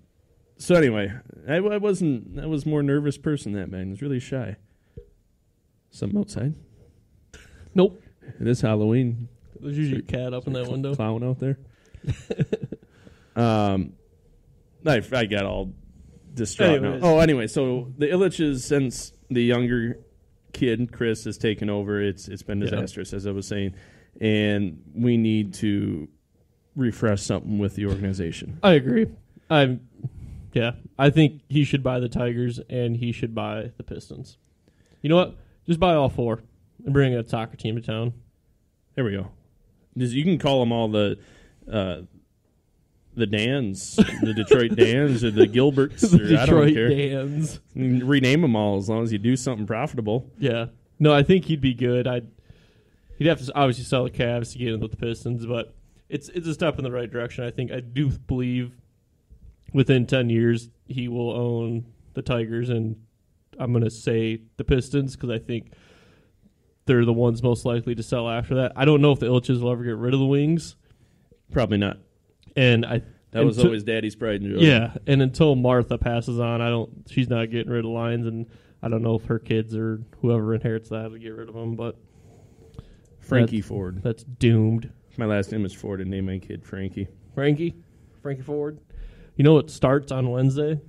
Speaker 1: so anyway, I, I wasn't. I was a more nervous person that man. I was really shy. Something outside.
Speaker 3: Nope.
Speaker 1: It is Halloween.
Speaker 3: There's usually a cat up in that
Speaker 1: Cl-
Speaker 3: window.
Speaker 1: Clown out there. um, I, I got all distraught. now.
Speaker 4: Anyways.
Speaker 1: Oh, anyway, so the Illiches since the younger kid Chris has taken over, it's it's been
Speaker 3: Yeah.
Speaker 1: disastrous, as I was saying, and we need to refresh something with the organization.
Speaker 3: I agree. I'm. Yeah, I think he should buy the Tigers and he should buy the Pistons. You know what? Just buy all four and bring a soccer team to town.
Speaker 1: There we go. Just- You can call them all the. Uh, the Dans, the Detroit Dans, or the Gilberts, or I don't
Speaker 3: Detroit
Speaker 1: care.
Speaker 3: Dans.
Speaker 1: You can Rename them all as long as you do something profitable.
Speaker 3: Yeah. No, I think he'd be good. I'd he'd have to obviously sell the Cavs to get in with the Pistons, but it's it's a step in the right direction. I think I do believe within ten years he will own the Tigers and I'm gonna say the Pistons because I think they're the ones most likely to sell after that. I don't know if the Ilches will ever get rid of the Wings,
Speaker 1: Probably not.
Speaker 3: and I
Speaker 1: That
Speaker 3: and
Speaker 1: was
Speaker 3: to-
Speaker 1: always Daddy's pride and joy.
Speaker 3: yeah, and until Martha passes on, I don't. She's not getting rid of lines, and I don't know if her kids or whoever inherits that would get rid of them. But
Speaker 1: Frankie Ford.
Speaker 3: that's doomed.
Speaker 1: My last name is Ford, and name my kid Frankie.
Speaker 3: Frankie, Frankie Ford. You know it starts on Wednesday.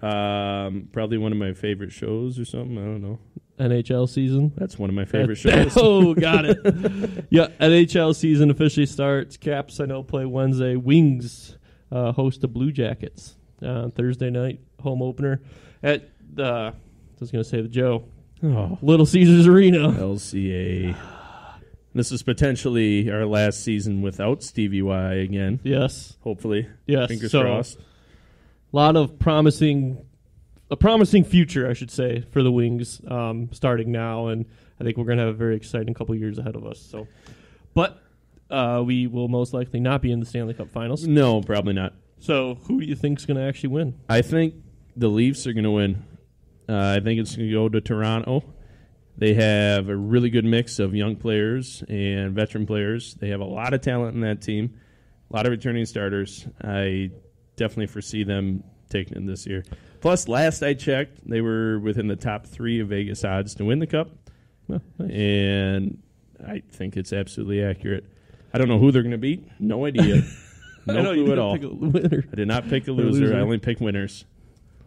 Speaker 1: Um, probably one of my favorite shows or something. I don't know.
Speaker 3: NHL season.
Speaker 1: That's one of my favorite
Speaker 3: That-
Speaker 1: shows.
Speaker 3: oh, got it. yeah, NHL season officially starts. Caps I know play Wednesday. Wings uh, host the Blue Jackets uh, Thursday night home opener at the. I was gonna say the Joe
Speaker 1: Oh.
Speaker 3: Little Caesars Arena.
Speaker 1: LCA. This is potentially our last season without Stevie Y again.
Speaker 3: Yes.
Speaker 1: Hopefully,
Speaker 3: Yes.
Speaker 1: fingers
Speaker 3: so,
Speaker 1: crossed.
Speaker 3: A lot of promising, a promising future, I should say, for the Wings um, starting now, and I think we're going to have a very exciting couple years ahead of us. So, but uh, we will most likely not be in the Stanley Cup Finals.
Speaker 1: No, probably not.
Speaker 3: So, who do you think's going to actually win?
Speaker 1: I think the Leafs are going to win. Uh, I think it's going to go to Toronto. They have a really good mix of young players and veteran players. They have a lot of talent in that team, a lot of returning starters. I definitely foresee them taking it this year. Plus, last I checked, they were within the top three of Vegas odds to win the cup,
Speaker 3: Oh, nice.
Speaker 1: and I think it's absolutely accurate. I don't know who they're going to beat. No idea.
Speaker 3: I
Speaker 1: No
Speaker 3: know you
Speaker 1: clue at
Speaker 3: didn't
Speaker 1: all.
Speaker 3: pick a winner.
Speaker 1: I did not pick a
Speaker 3: loser.
Speaker 1: loser. I only picked winners.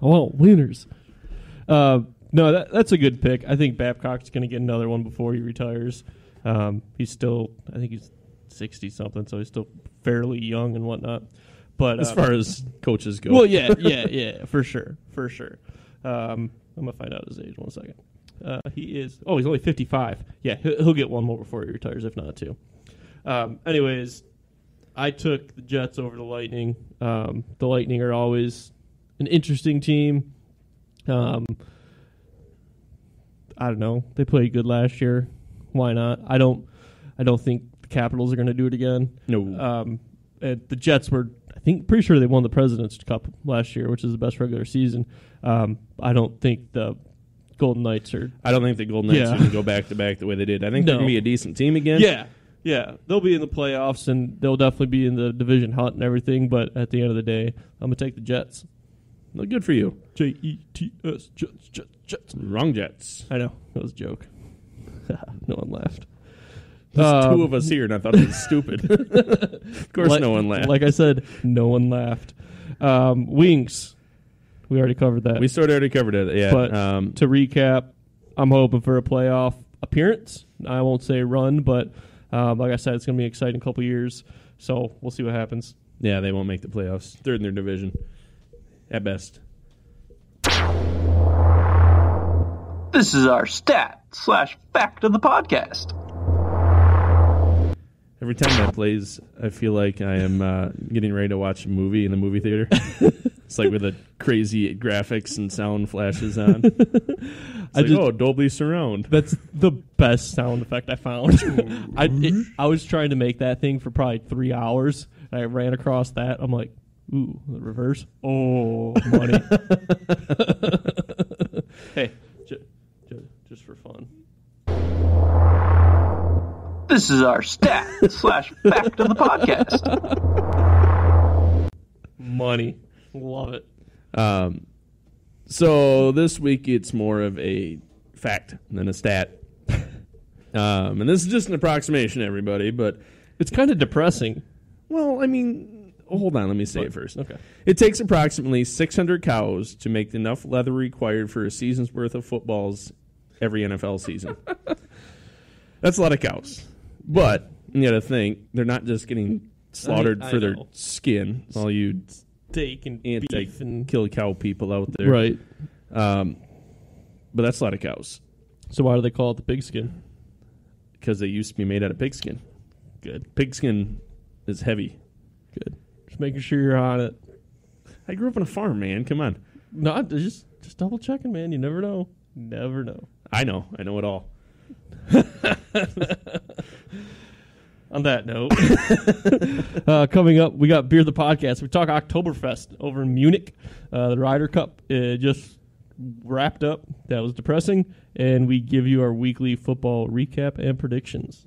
Speaker 3: I want winners. Uh, no, that, that's a good pick. I think Babcock's going to get another one before he retires. Um, he's still, I think he's sixty something, so he's still fairly young and whatnot. But
Speaker 1: as
Speaker 3: uh,
Speaker 1: far as coaches go.
Speaker 3: well, yeah, yeah, yeah, for sure, for sure. Um, I'm gonna find out his age. One second. Uh, he is. Oh, he's only 55. Yeah, he'll, he'll get one more before he retires, if not two. Um, anyways, I took the Jets over the Lightning. Um, the Lightning are always an interesting team. Um, I don't know. They played good last year. Why not? I don't. I don't think the Capitals are going to do it again.
Speaker 1: no,
Speaker 3: Um, and the Jets were, I think, pretty sure they won the President's Cup last year, which is the best regular season. Um, I don't think the Golden Knights are.
Speaker 1: I don't think the Golden Knights
Speaker 3: yeah.
Speaker 1: are going to go back to back the way they did. I think
Speaker 3: No.
Speaker 1: they're going to be a decent team again.
Speaker 3: Yeah, yeah, they'll be in the playoffs and they'll definitely be in the division hunt and everything. But at the end of the day, I'm gonna take the Jets.
Speaker 1: Well, good for you.
Speaker 3: J E T S Jets Jets Jets.
Speaker 1: Wrong Jets.
Speaker 3: I know that was a joke. no one laughed.
Speaker 1: There's
Speaker 3: Um,
Speaker 1: two of us here, and I thought it was stupid. of course,
Speaker 3: like,
Speaker 1: no one laughed.
Speaker 3: Like I said, no one laughed. Um, wings. We already covered that.
Speaker 1: we sort of already covered it. Yeah.
Speaker 3: But-
Speaker 1: um,
Speaker 3: to recap, I'm hoping for a playoff appearance. I won't say run, but um, like I said, it's going to be an exciting couple years. So we'll see what happens.
Speaker 1: yeah, they won't make the playoffs. Third in their division. at best.
Speaker 2: This is our stat slash fact of the podcast.
Speaker 1: Every time that plays, I feel like I am uh, getting ready to watch a movie in the movie theater. it's like with the crazy graphics and sound flashes on. It's like,
Speaker 3: just-
Speaker 1: oh, Dolby surround.
Speaker 3: That's the best sound effect I found. I it, I was trying to make that thing for probably three hours. And I ran across that. I'm like, ooh, the reverse. Oh, money.
Speaker 4: Hey, ju- ju- just for fun.
Speaker 2: This is our stat slash fact of the podcast.
Speaker 3: money. Love it.
Speaker 1: Um, so this week it's more of a fact than a stat. Um, and this is just an approximation, everybody. But
Speaker 3: It's kind of depressing.
Speaker 1: well, I mean, hold on. Let me say it first.
Speaker 3: Okay.
Speaker 1: It takes approximately 600 cows to make enough leather required for a season's worth of footballs every NFL season. That's a lot of cows. But you got to think, they're not just getting slaughtered
Speaker 3: I
Speaker 1: for their
Speaker 3: know.
Speaker 1: skin, all you
Speaker 3: Steak and
Speaker 1: anti
Speaker 3: beef and
Speaker 1: kill cow people out there.
Speaker 3: right.
Speaker 1: Um, but that's a lot of cows
Speaker 3: So why do they call it the pigskin?
Speaker 1: because they used to be made out of pigskin.
Speaker 3: Good.
Speaker 1: Pigskin is heavy.
Speaker 3: Good. Just making sure you're on it.
Speaker 1: I grew up on a farm, man. Come on.
Speaker 3: Not just just double checking, man. You never know. Never know.
Speaker 1: I know. I know it all.
Speaker 3: On that note, uh, coming up, we got Beer the Podcast. We talk Oktoberfest over in Munich. Uh, the Ryder Cup uh, just wrapped up. That was depressing. And we give you our weekly football recap and predictions.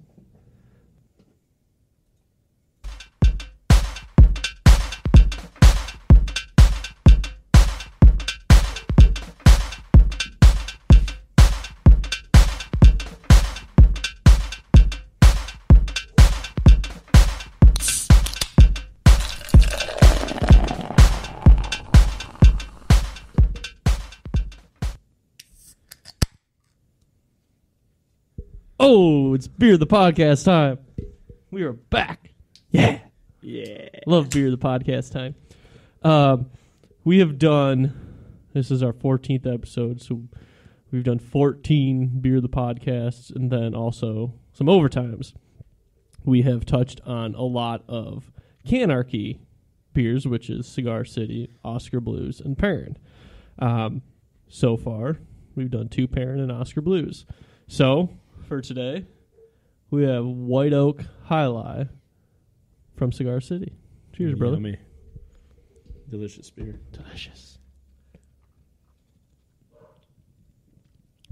Speaker 3: Oh, it's Beer the Podcast time. We are back. Yeah.
Speaker 2: Yeah.
Speaker 3: Love Beer the Podcast time. Um, we have done, this is our 14th episode. So we've done 14 Beer the Podcasts and then also some overtimes. We have touched on a lot of Canarchy beers, which is Cigar City, Oscar Blues, and Parent. Um, so far, we've done two Parent and Oscar Blues. So for today, we have White Oak High Lie from Cigar City. Cheers, brother.
Speaker 1: Yummy. Delicious beer.
Speaker 3: Delicious.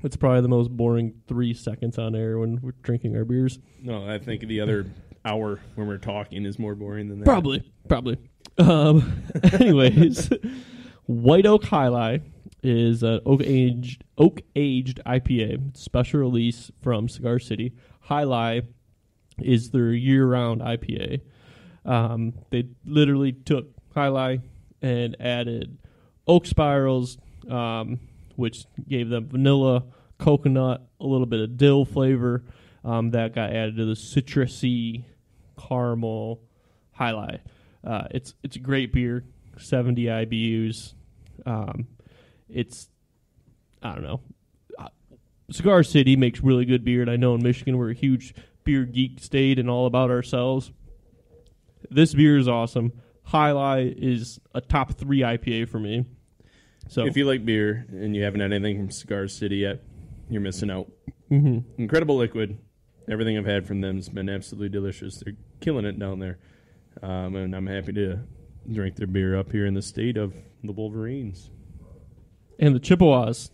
Speaker 3: It's probably the most boring three seconds on air when we're drinking our beers.
Speaker 1: No, I think the other hour when we're talking is more boring than that.
Speaker 3: Probably, probably. Um, anyways, White Oak High Lie is an oak aged oak aged IPA It's a special release from Cigar City. High Lie is their year round IPA. Um, they literally took High Lie and added oak spirals, um, which gave them vanilla, coconut, a little bit of dill flavor. Um, that got added to the citrusy caramel highlight. Uh, it's it's a great beer, seventy IBUs. Um, it's I don't know. Uh, Cigar City makes really good beer, and I know in Michigan we're a huge beer geek state and all about ourselves. This beer is awesome. Highlight is a top three IPA for me. So
Speaker 1: If you like beer and you haven't had anything from Cigar City yet, you're missing out.
Speaker 3: Mhm.
Speaker 1: Incredible liquid. Everything I've had from them has been absolutely delicious. They're killing it down there. Um, and I'm happy to drink their beer up here in the state of the Wolverines.
Speaker 3: and the Chippewas,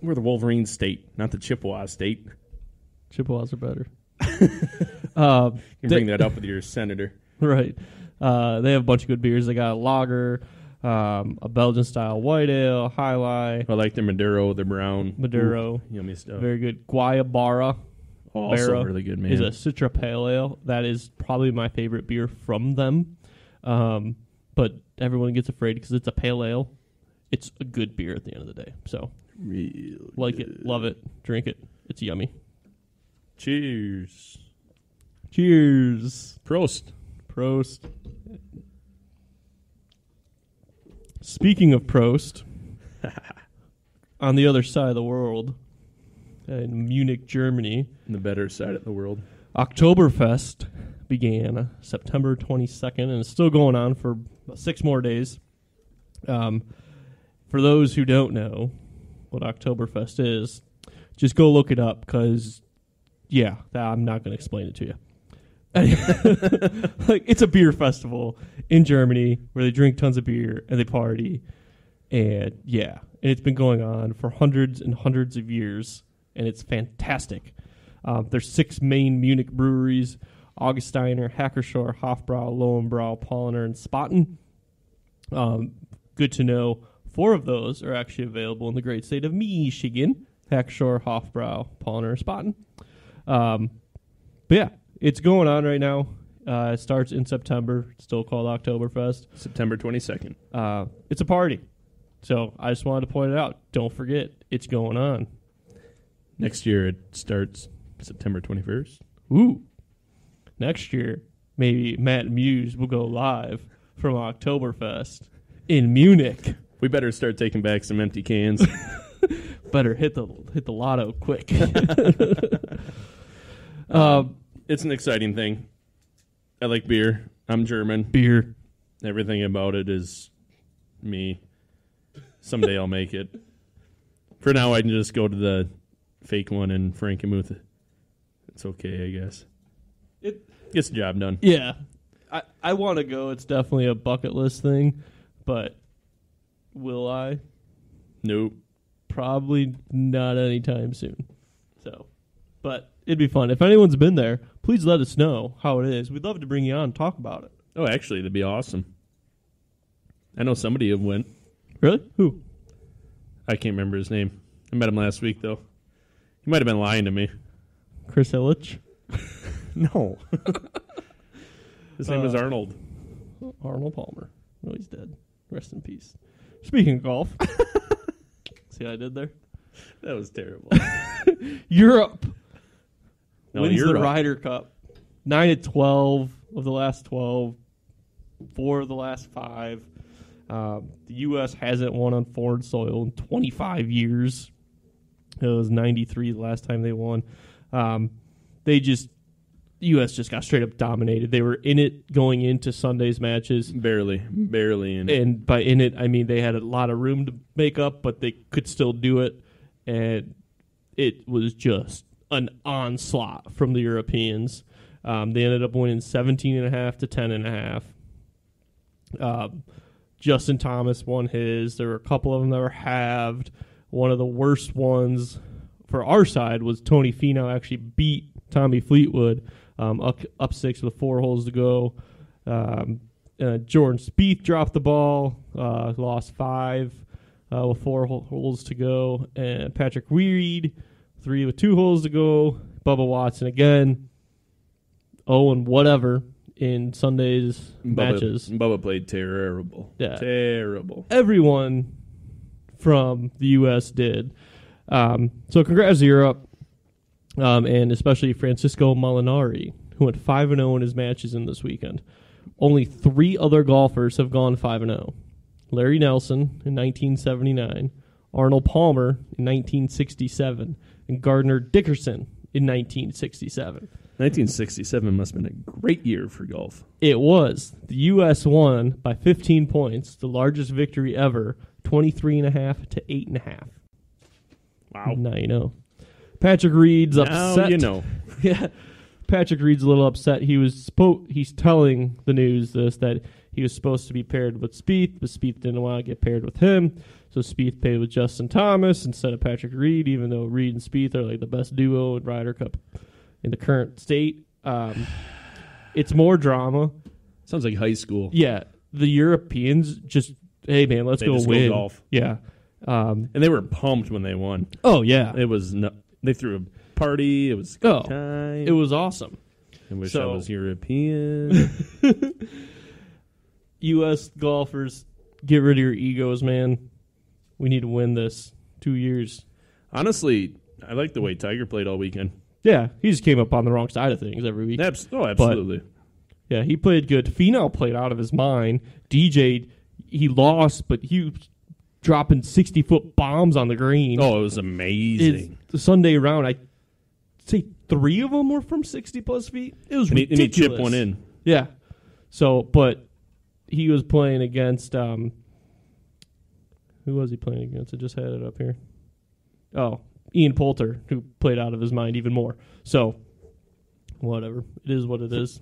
Speaker 1: We're the Wolverine state, not the Chippewa state. You
Speaker 3: Chippewas are better. uh,
Speaker 1: can bring that up with your senator.
Speaker 3: Right. Uh, they have a bunch of good beers. They got a lager, um, a Belgian style white ale, high lie,
Speaker 1: I like their Maduro, their brown.
Speaker 3: Maduro.
Speaker 1: Ooh, yummy stuff.
Speaker 3: very good. Guayabara
Speaker 1: also
Speaker 3: Barra
Speaker 1: really good, man.
Speaker 3: is a Citra Pale Ale. That is probably my favorite beer from them. Um, but everyone gets afraid because it's a pale ale. It's a good beer at the end of the day. So
Speaker 1: Real
Speaker 3: like it, love it, drink it. It's yummy.
Speaker 1: Cheers.
Speaker 3: Cheers.
Speaker 1: Prost.
Speaker 3: Prost. Speaking of Prost, on the other side of the world, in Munich, Germany,
Speaker 1: The better side of the world.
Speaker 3: Oktoberfest began September 22nd and is still going on for about six more days. Um, for those who don't know what Oktoberfest is, just go look it up because, yeah, th- I'm not going to explain it to you. like it's a beer festival in Germany where they drink tons of beer and they party, and yeah, and it's been going on for hundreds and hundreds of years, and it's fantastic. Um, there's six main Munich breweries: Augustiner, Hackershore, Hofbrau, Lowenbrau, Polliner, and Spaten. Um, good to know. Four of those are actually available in the great state of Michigan: Hackershore, Hofbrau, Polliner, and Spaten. Um, but yeah, it's going on right now. Uh, it starts in September. It's still called Oktoberfest.
Speaker 1: September 22nd.
Speaker 3: Uh, it's a party. So I just wanted to point it out. Don't forget, it's going on.
Speaker 1: Next year it starts September 21st.
Speaker 3: Ooh. Next year, maybe Matt and Muse will go live from Oktoberfest in Munich.
Speaker 1: We better start taking back some empty cans.
Speaker 3: Better hit the hit the lotto quick. um,
Speaker 1: it's an exciting thing. I like beer. I'm German.
Speaker 3: beer.
Speaker 1: Everything about it is me. Someday I'll make it. For now, I can just go to the fake one in Frankenmuth. It's okay, I guess.
Speaker 3: It-
Speaker 1: gets the job done.
Speaker 3: Yeah. I, I want to go. It's definitely a bucket list thing, but will I?
Speaker 1: Nope.
Speaker 3: Probably not anytime soon. So, but it'd be fun. If anyone's been there, please let us know how it is. We'd love to bring you on and talk about it.
Speaker 1: Oh, actually, that'd be awesome. I know somebody who went.
Speaker 3: Really? Who?
Speaker 1: I can't remember his name. I met him last week, though. He might have been lying to me.
Speaker 3: Chris Illich?
Speaker 1: No. his name was
Speaker 3: Uh,
Speaker 1: Arnold.
Speaker 3: Arnold Palmer. No, he's dead. Rest in peace. Speaking of golf, see what I did there?
Speaker 1: That was terrible.
Speaker 3: Europe
Speaker 1: No,
Speaker 3: wins
Speaker 1: you're
Speaker 3: the
Speaker 1: up.
Speaker 3: Ryder Cup. Nine to twelve of the last twelve, four of the last five. Um, the U.S. hasn't won on foreign soil in 25 years. It was 93 the last time they won. Um, they just the U.S. just got straight up dominated. They were in it going into Sunday's matches.
Speaker 1: Barely, barely in.
Speaker 3: and by in it I mean they had a lot of room to make up, but they could still do it, and it was just an onslaught from the Europeans. Um, they ended up winning 17 and a half to 10 and a half. Um, Justin Thomas won his. There were a couple of them that were halved. One of the worst ones for our side was Tony Finau actually beat Tommy Fleetwood um, up, up six with four holes to go. Um, uh, Jordan Spieth dropped the ball, uh, lost five uh, with four hol- holes to go, and Patrick Reed three with two holes to go. Bubba Watson again, oh and whatever in Sunday's
Speaker 1: Bubba,
Speaker 3: matches
Speaker 1: Bubba played terrible.
Speaker 3: Yeah.
Speaker 1: Terrible.
Speaker 3: everyone from the U.S. did. Um, so congrats to Europe, um, and especially Francisco Molinari, who went five and zero in his matches in this weekend. Only three other golfers have gone five and zero: Larry Nelson in 1979, Arnold Palmer in 1967, and Gardner Dickerson in 1967.
Speaker 1: 1967 must have been a great year for golf.
Speaker 3: It was. The U.S. won by 15 points, the largest victory ever, 23.5 to 8.5.
Speaker 1: Wow.
Speaker 3: Now you know. Patrick Reed's
Speaker 1: Now
Speaker 3: upset.
Speaker 1: you know.
Speaker 3: yeah. Patrick Reed's a little upset. He was spo- he's telling the news this that he was supposed to be paired with Spieth, but Spieth didn't want to get paired with him. So Spieth paired with Justin Thomas instead of Patrick Reed, even though Reed and Spieth are like the best duo in Ryder Cup in the current state. Um, it's more drama.
Speaker 1: Sounds like high school.
Speaker 3: Yeah, the Europeans just hey man, let's
Speaker 1: They
Speaker 3: go
Speaker 1: just go
Speaker 3: win.
Speaker 1: golf.
Speaker 3: Yeah. Um,
Speaker 1: And they were pumped when they won.
Speaker 3: oh yeah,
Speaker 1: It was no, they threw a party. It was a good
Speaker 3: Oh,
Speaker 1: time.
Speaker 3: it was awesome.
Speaker 1: I wish
Speaker 3: so-
Speaker 1: I was European.
Speaker 3: U.S. golfers, get rid of your egos, man. We need to win this. Two years.
Speaker 1: Honestly, I like the way Tiger played all weekend.
Speaker 3: Yeah, he just came up on the wrong side of things every week.
Speaker 1: Abs- oh, absolutely.
Speaker 3: Yeah, he played good. Finau played out of his mind. DJ he lost, but he was dropping sixty foot bombs on the green.
Speaker 1: Oh, it was
Speaker 3: It's-
Speaker 1: amazing.
Speaker 3: the Sunday round, I say three of them were from sixty plus feet. It was
Speaker 1: And he, and
Speaker 3: ridiculous.
Speaker 1: he chipped one in.
Speaker 3: Yeah. So, but he was playing against um. Who was he playing against? I just had it up here. Oh, Ian Poulter, who played out of his mind even more. So, whatever. It is what it is.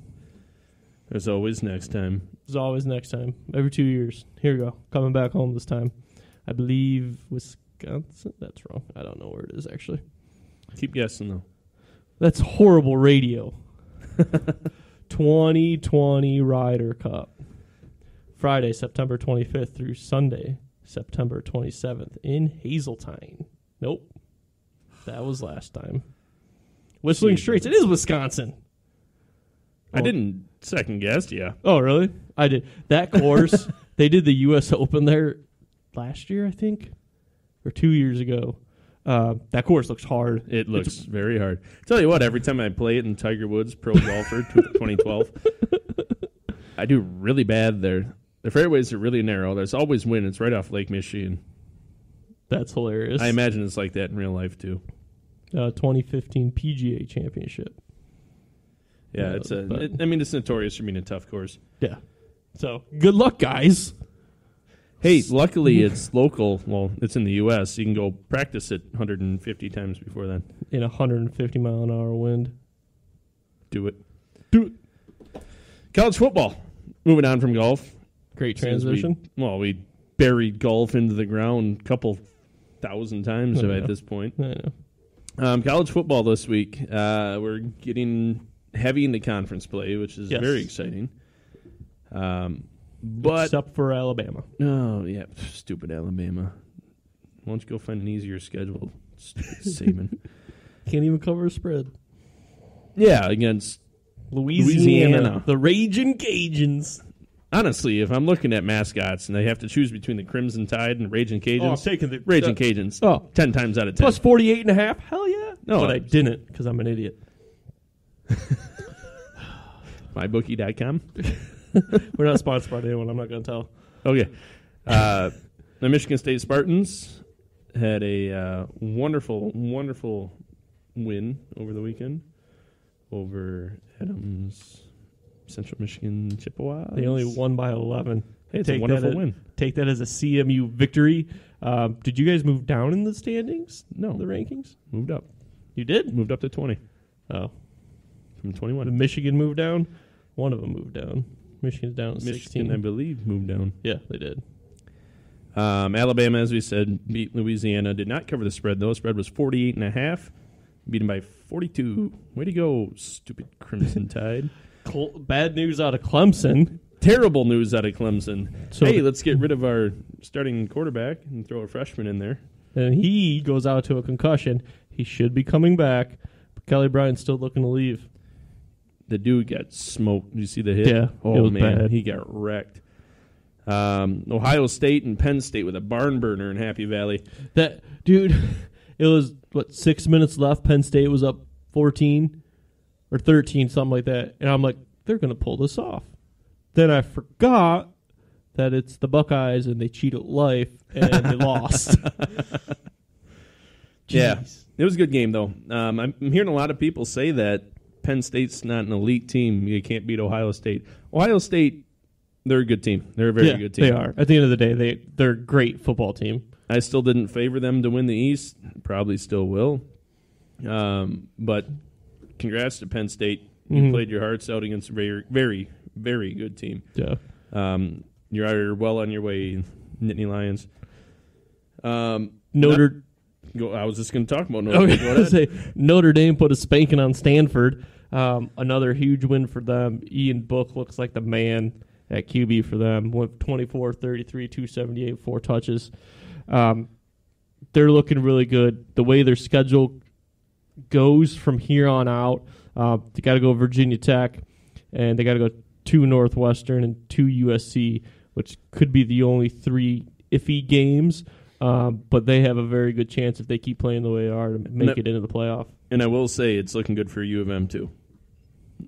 Speaker 1: There's always next time.
Speaker 3: As always, next time. Every two years. Here we go. Coming back home this time. I believe Wisconsin. That's wrong. I don't know where it is actually.
Speaker 1: Keep guessing though.
Speaker 3: That's horrible radio. 2020 Ryder Cup. Friday, September 25th through Sunday, September 27th in Hazeltine. Nope. That was last time. Whistling
Speaker 1: Jeez.
Speaker 3: Straits. It is Wisconsin.
Speaker 1: I didn't second guess. Yeah,
Speaker 3: Oh, really? I did. That course, they did the U.S. Open there last year, I think, or two years ago. Uh, that course looks hard.
Speaker 1: it looks very hard. Tell you what, every time I play it in Tiger Woods Pro Golfer 2012, I do really bad there. The fairways are really narrow. There's always wind. It's right off Lake Michigan.
Speaker 3: That's hilarious.
Speaker 1: I imagine it's like that in real life too.
Speaker 3: uh, 2015 PGA Championship.
Speaker 1: Yeah,
Speaker 3: Yeah,
Speaker 1: it's a.
Speaker 3: but-
Speaker 1: it- I mean, it's notorious for being a tough course.
Speaker 3: Yeah. So good luck, guys.
Speaker 1: Hey, luckily it's local. Well, it's in the U.S. You can go practice it 150 times before then.
Speaker 3: In a 150 mile an hour wind.
Speaker 1: Do it. Do it. College football. Moving on from golf.
Speaker 3: Great
Speaker 1: Since we-
Speaker 3: transition.
Speaker 1: well, we buried golf into the ground a couple thousand times
Speaker 3: I know.
Speaker 1: at this point.
Speaker 3: I know.
Speaker 1: Um, college football this week. Uh, we're getting heavy into conference play, which is
Speaker 3: Yes.
Speaker 1: very exciting. Um, but
Speaker 3: Except for Alabama.
Speaker 1: oh yeah, stupid Alabama. Why don't you go find an easier schedule, stupid Saban?
Speaker 3: Can't even cover a spread.
Speaker 1: yeah, against
Speaker 3: Louisiana.
Speaker 1: Louisiana.
Speaker 3: The Raging Cajuns.
Speaker 1: honestly, if I'm looking at mascots and I have to choose between the Crimson Tide and Raging Cajuns,
Speaker 3: Oh, taking the
Speaker 1: Raging Cajuns.
Speaker 3: Oh.
Speaker 1: ten times out of ten.
Speaker 3: Plus 48 and a half. Hell yeah.
Speaker 1: No,
Speaker 3: but I
Speaker 1: I'm-
Speaker 3: didn't because I'm an idiot.
Speaker 1: mybookie.com.
Speaker 3: We're not sponsored by anyone. I'm not going to tell.
Speaker 1: Okay. Uh, the Michigan State Spartans had a uh, wonderful, wonderful win over the weekend over Adams Central Michigan Chippewa.
Speaker 3: They only won by 11.
Speaker 1: Hey, it's a
Speaker 3: Take that
Speaker 1: wonderful
Speaker 3: as-
Speaker 1: win.
Speaker 3: Take that as a CMU victory. Um, did you guys move down in the standings?
Speaker 1: No,
Speaker 3: The rankings?
Speaker 1: moved up,
Speaker 3: You did?
Speaker 1: moved up to twenty
Speaker 3: Oh.
Speaker 1: from
Speaker 3: The
Speaker 1: twenty-one.
Speaker 3: Michigan moved down. One of them moved down. Michigan's down at
Speaker 1: Michigan,
Speaker 3: 16.
Speaker 1: I believe, moved down.
Speaker 3: yeah, they did.
Speaker 1: Um, Alabama, as we said, beat Louisiana. Did not cover the spread though. Spread was 48 and a half. Beaten by 42. Way to go, stupid Crimson Tide.
Speaker 3: Cl- bad news out of Clemson.
Speaker 1: Terrible news out of Clemson.
Speaker 3: So-
Speaker 1: hey, let's get rid of our starting quarterback and throw a freshman in there.
Speaker 3: And he goes out to a concussion. He should be coming back. But Kelly Bryant's still looking to leave.
Speaker 1: The dude got smoked. Did you see the hit?
Speaker 3: Yeah,
Speaker 1: Oh
Speaker 3: it was
Speaker 1: man,
Speaker 3: bad.
Speaker 1: he got wrecked. Um, Ohio State and Penn State with a barn burner in Happy Valley.
Speaker 3: That dude, it was what six minutes left. Penn State was up fourteen or thirteen, something like that. And I'm like, they're gonna pull this off. Then I forgot that it's the Buckeyes and they cheat at life and they lost.
Speaker 1: Yeah,
Speaker 3: Jeez.
Speaker 1: it was a good game though. Um, I'm I'm hearing a lot of people say that Penn State's not an elite team. You can't beat Ohio State. Ohio State, they're a good team. They're a very
Speaker 3: Yeah,
Speaker 1: good team.
Speaker 3: They are. At the end of the day, they they're a great football team.
Speaker 1: I still didn't favor them to win the East. Probably still will. Um, but congrats to Penn State. You
Speaker 3: Mhm.
Speaker 1: played your hearts out against a very, very, very good team.
Speaker 3: Yeah.
Speaker 1: Um, you're well on your way, Nittany Lions. Um,
Speaker 3: Notre
Speaker 1: go, I was just going to talk about Notre
Speaker 3: Okay,
Speaker 1: Dame. Go ahead.
Speaker 3: Oh, say Notre Dame put a spanking on Stanford. Um, another huge win for them. Ian Book looks like the man at QB for them. Went 24, 33, 278, four touches. Um, they're looking really good. The way their schedule goes from here on out, uh, they got to go Virginia Tech, and they got to go two Northwestern and two USC, which could be the only three iffy games. Um, but they have a very good chance if they keep playing the way they are to make
Speaker 1: the-
Speaker 3: it into the playoff.
Speaker 1: And I will say it's looking good for U of M too.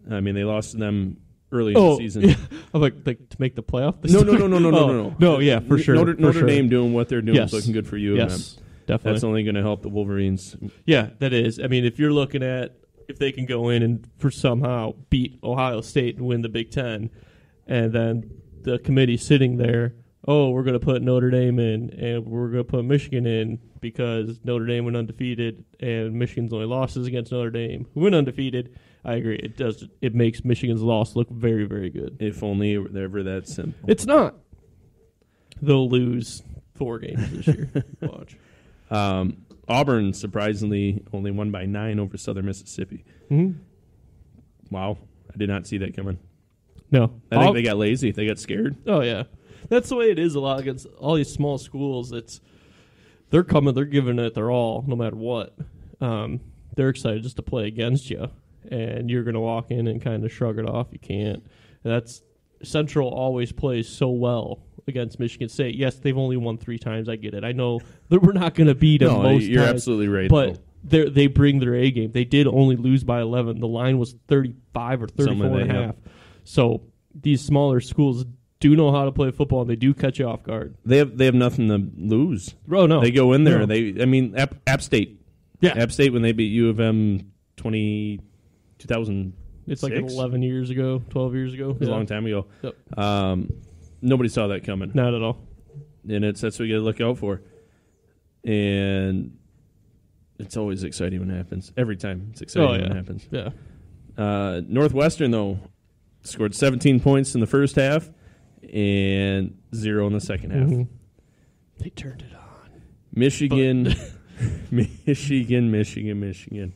Speaker 1: I mean, they lost to them early in the
Speaker 3: Oh,
Speaker 1: season.
Speaker 3: yeah. I'm like, like to make the playoff. this
Speaker 1: No, no,
Speaker 3: time?
Speaker 1: no, no, no, no,
Speaker 3: Oh,
Speaker 1: no, no.
Speaker 3: No, yeah, for sure.
Speaker 1: Notre,
Speaker 3: for
Speaker 1: Notre
Speaker 3: sure.
Speaker 1: Dame doing what they're doing
Speaker 3: Yes.
Speaker 1: is looking good for you. and
Speaker 3: Yes,
Speaker 1: them.
Speaker 3: definitely.
Speaker 1: that's only going to help the Wolverines.
Speaker 3: Yeah, that is. I mean, if you're looking at if they can go in and for somehow beat Ohio State and win the Big Ten, and then the committee sitting there, oh, we're going to put Notre Dame in and we're going to put Michigan in because Notre Dame went undefeated and Michigan's only losses against Notre Dame who went undefeated. I agree. It does. It makes Michigan's loss look very, very good.
Speaker 1: If only it were ever that simple.
Speaker 3: It's not. They'll lose four games this year. Watch.
Speaker 1: Um, Auburn surprisingly only won by nine over Southern Mississippi.
Speaker 3: hmm
Speaker 1: Wow, I did not see that coming.
Speaker 3: No,
Speaker 1: I think
Speaker 3: Aub-
Speaker 1: they got lazy. They got scared.
Speaker 3: Oh yeah, that's the way it is a lot against all these small schools. It's they're coming, they're giving it their all, no matter what. Um, they're excited just to play against you, and you're gonna walk in and kind of shrug it off. You can't. And that's Central always plays so well against Michigan State. Yes, they've only won three times. I get it. I know that we're not gonna beat them
Speaker 1: No,
Speaker 3: most
Speaker 1: you're
Speaker 3: times,
Speaker 1: absolutely right.
Speaker 3: but.
Speaker 1: though.
Speaker 3: They they bring their A game. They did only lose by 11. The line was 35 or 34
Speaker 1: Something like
Speaker 3: and a
Speaker 1: that, yeah.
Speaker 3: half. So these smaller schools do know how to play football and they do catch you off guard.
Speaker 1: they have they have nothing to lose.
Speaker 3: Oh no,
Speaker 1: They go in there.
Speaker 3: No.
Speaker 1: They I mean App, App State.
Speaker 3: Yeah.
Speaker 1: App State when they beat U of M 20, 2000
Speaker 3: it's like
Speaker 1: six?
Speaker 3: 11 years ago, 12 years ago.
Speaker 1: It was
Speaker 3: Yeah.
Speaker 1: a long time ago.
Speaker 3: Yep.
Speaker 1: Um, nobody saw that coming,
Speaker 3: Not at all.
Speaker 1: and it's that's what you got to look out for. And it's always exciting when it happens. Every time it's exciting
Speaker 3: Oh,
Speaker 1: when
Speaker 3: yeah.
Speaker 1: it happens.
Speaker 3: Yeah,
Speaker 1: Uh, Northwestern though scored 17 points in the first half and zero in the second half.
Speaker 3: Mhm. they turned it on.
Speaker 1: Michigan, Michigan, Michigan, Michigan.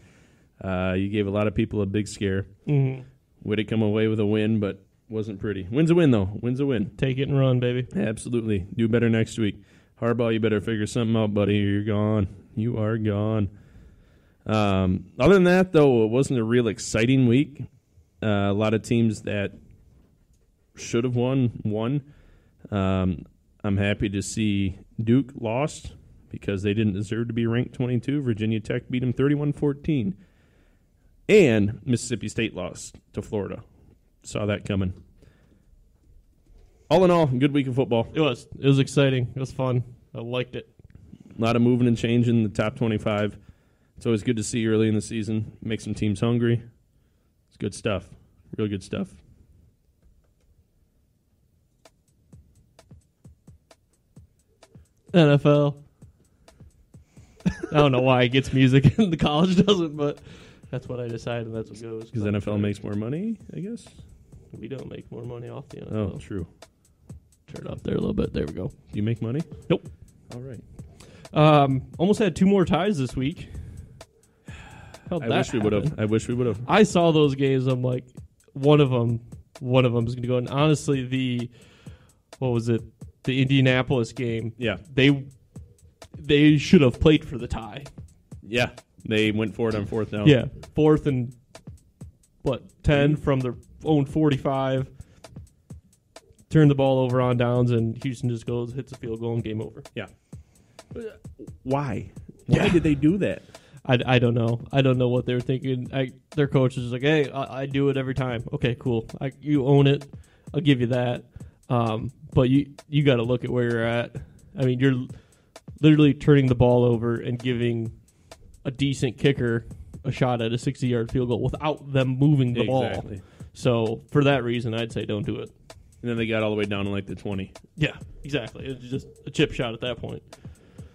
Speaker 1: Uh, you gave a lot of people a big scare.
Speaker 3: Mm-hmm.
Speaker 1: Would it come away with a win? But wasn't pretty. Wins a win though. Wins a win.
Speaker 3: Take it and run, baby.
Speaker 1: Absolutely. Do better next week. Harbaugh, you better figure something out, buddy. You're gone. You are gone. Um, other than that, though, it wasn't a real exciting week. Uh, a lot of teams that should have won won. Um, I'm happy to see Duke lost because they didn't deserve to be ranked 22. Virginia Tech beat them 31 14. And Mississippi State lost to Florida. Saw that coming. All in all, good week of football.
Speaker 3: It was it was exciting. It was fun. I liked it.
Speaker 1: A lot of moving and changing in the top 25. It's always good to see early in the season. Make some teams hungry. It's good stuff. Real good stuff.
Speaker 3: NFL. I don't know why it gets music and the college doesn't, but that's what I decided. and That's what goes.
Speaker 1: Because NFL makes more money, I guess.
Speaker 3: we don't make more money off the
Speaker 1: Oh,
Speaker 3: NFL.
Speaker 1: true.
Speaker 3: Turn up there a little bit. There we go.
Speaker 1: You make money?
Speaker 3: Nope.
Speaker 1: All right.
Speaker 3: Um, almost had two more ties this week. How'd
Speaker 1: I
Speaker 3: that
Speaker 1: wish we would
Speaker 3: happen?
Speaker 1: have. I wish we would have.
Speaker 3: I saw those games. I'm like, one of them, one of them's going to go. And honestly, the what was it? The Indianapolis game.
Speaker 1: Yeah.
Speaker 3: They they should have played for the tie.
Speaker 1: Yeah. They went for it on fourth down.
Speaker 3: Yeah, fourth and what ten from their own forty-five. Turn the ball over on downs, and Houston just goes hits a field goal and game over.
Speaker 1: Yeah. Why? Why did they do that?
Speaker 3: I, I don't know. I don't know what they were thinking. I, their coach is like, hey, I, I do it every time. Okay, cool. I, you own it. I'll give you that. Um, but you you got to look at where you're at. I mean, you're literally turning the ball over and giving a decent kicker a shot at a 60 yard field goal without them moving the
Speaker 1: Exactly.
Speaker 3: ball. So for that reason, I'd say don't do it.
Speaker 1: And then they got all the way down to like the 20.
Speaker 3: Yeah, exactly. It's just a chip shot at that point.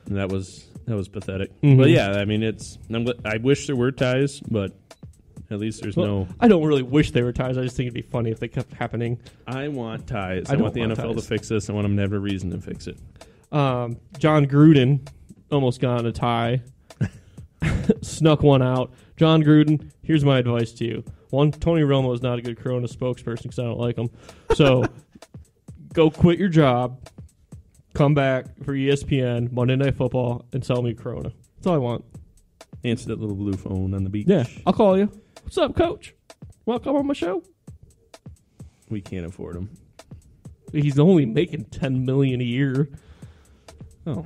Speaker 1: And that was that was pathetic.
Speaker 3: Mhm.
Speaker 1: But yeah, I mean, it's. I'm, gl- I wish there were ties, but at least there's no.
Speaker 3: Well, I don't really wish they were ties. I just think it'd be funny if they kept happening.
Speaker 1: I want ties.
Speaker 3: I
Speaker 1: I,
Speaker 3: don't
Speaker 1: want the
Speaker 3: want
Speaker 1: NFL
Speaker 3: ties.
Speaker 1: to fix this. I want them to have a reason to fix it.
Speaker 3: um, John Gruden almost got in a tie, snuck one out. John Gruden, here's my advice to you: one, Tony Romo is not a good Corona spokesperson because I don't like him. So, go quit your job, come back for E ESPN Monday Night Football, and sell me Corona. That's all I want.
Speaker 1: Answer that little blue phone on the beach.
Speaker 3: Yeah, I'll call you. What's up, Coach? Welcome on my show.
Speaker 1: We can't afford them.
Speaker 3: He's only making ten million a year.
Speaker 1: Oh,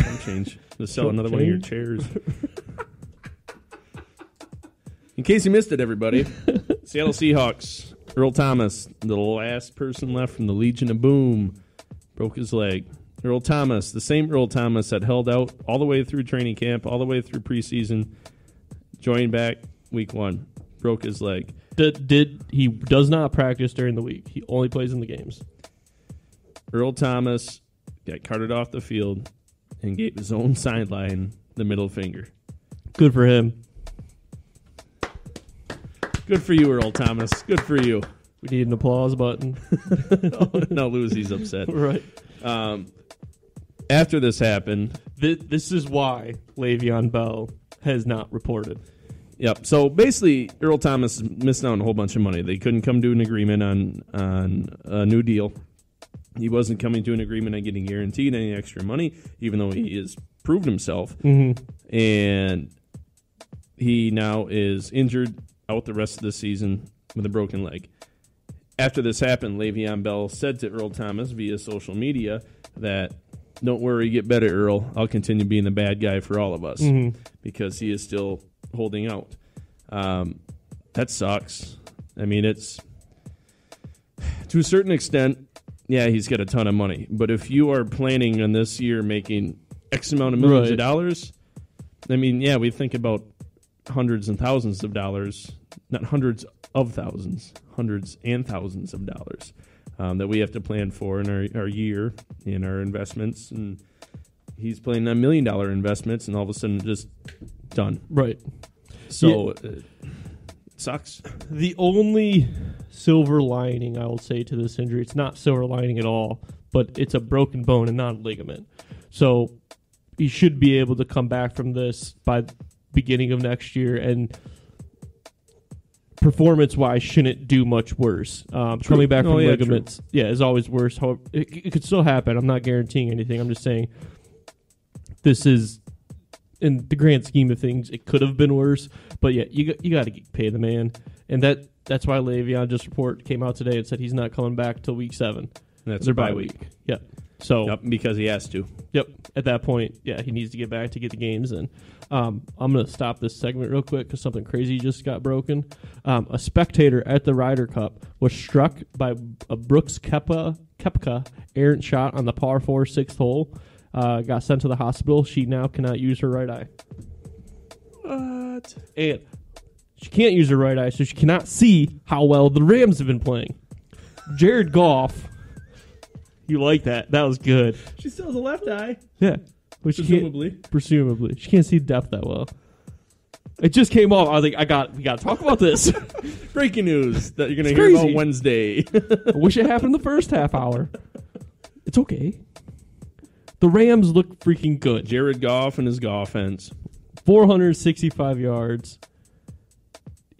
Speaker 1: some change. Let's sell
Speaker 3: Some
Speaker 1: another one of your chairs. In case you missed it, everybody, Seattle Seahawks Earl Thomas, the last person left from the Legion of Boom, broke his leg. Earl Thomas, the same Earl Thomas that held out all the way through training camp, all the way through preseason, joined back week one, broke his leg.
Speaker 3: Did, did he does not practice during the week? He only plays in the games.
Speaker 1: Earl Thomas got carted off the field and gave his own sideline the middle finger.
Speaker 3: Good for him.
Speaker 1: Good for you, Earl Thomas. Good for you.
Speaker 3: We need an applause button,
Speaker 1: no, Louisie's upset.
Speaker 3: right?
Speaker 1: Um, after this happened,
Speaker 3: Th- this is why Le'Veon Bell has not reported.
Speaker 1: Yep. So basically, Earl Thomas is missing out on a whole bunch of money. They couldn't come to an agreement on on a new deal. He wasn't coming to an agreement on getting guaranteed any extra money, even though he has proved himself. And he now is injured out the rest of the season with a broken leg. After this happened, Le'Veon Bell said to Earl Thomas via social media that, "Don't worry, get better, Earl. I'll continue being the bad guy for all of us because he is still holding out." Um, that sucks. I mean, it's to a certain extent. Yeah, he's got a ton of money, but if you are planning on this year making X amount of millions of
Speaker 3: Right.
Speaker 1: dollars, I mean, yeah, we think about hundreds and thousands of dollars, not hundreds of thousands, hundreds and thousands of dollars um, that we have to plan for in our, our year in our investments. And he's playing on million dollar investments, and all of a sudden, just done.
Speaker 3: Right.
Speaker 1: So uh, it sucks.
Speaker 3: The only silver lining I will say to this injury, it's not silver lining at all, but it's a broken bone and not a ligament. So he should be able to come back from this by the beginning of next year and performance wise shouldn't do much worse. Um,
Speaker 1: True.
Speaker 3: coming back
Speaker 1: Oh,
Speaker 3: from
Speaker 1: yeah, true.
Speaker 3: ligaments, yeah, is always worse. How it, it could still happen. I'm not guaranteeing anything. I'm just saying this is in the grand scheme of things, it could have been worse. But yeah, you got, you got to pay the man, and that that's why Le'Veon just report came out today and said he's not coming back till week seven.
Speaker 1: That's Oh.
Speaker 3: their
Speaker 1: bye
Speaker 3: bye week. Yep. So
Speaker 1: Yep, because he has to.
Speaker 3: Yep. At that point, yeah, he needs to get back to get the games in. Um, I'm going to stop this segment real quick because something crazy just got broken. Um, a spectator at the Ryder Cup was struck by a Brooks Kepka, Kepka errant shot on the par four sixth hole. Uh, got sent to the hospital. She now cannot use her right eye.
Speaker 1: What?
Speaker 3: And she can't use her right eye, so she cannot see how well the Rams have been playing. Jared Goff. You like that? That was good.
Speaker 1: She still has a left eye,
Speaker 3: Yeah. But she can't- Presumably, she can't see depth that well. It just came off. I was like, I got, we got to talk about this.
Speaker 1: Breaking news that you're going to
Speaker 3: It's
Speaker 1: hear about
Speaker 3: crazy.
Speaker 1: Wednesday.
Speaker 3: I wish it happened the first half hour. It's okay. The Rams look freaking good.
Speaker 1: Jared Goff and his golf fence.
Speaker 3: 465 yards.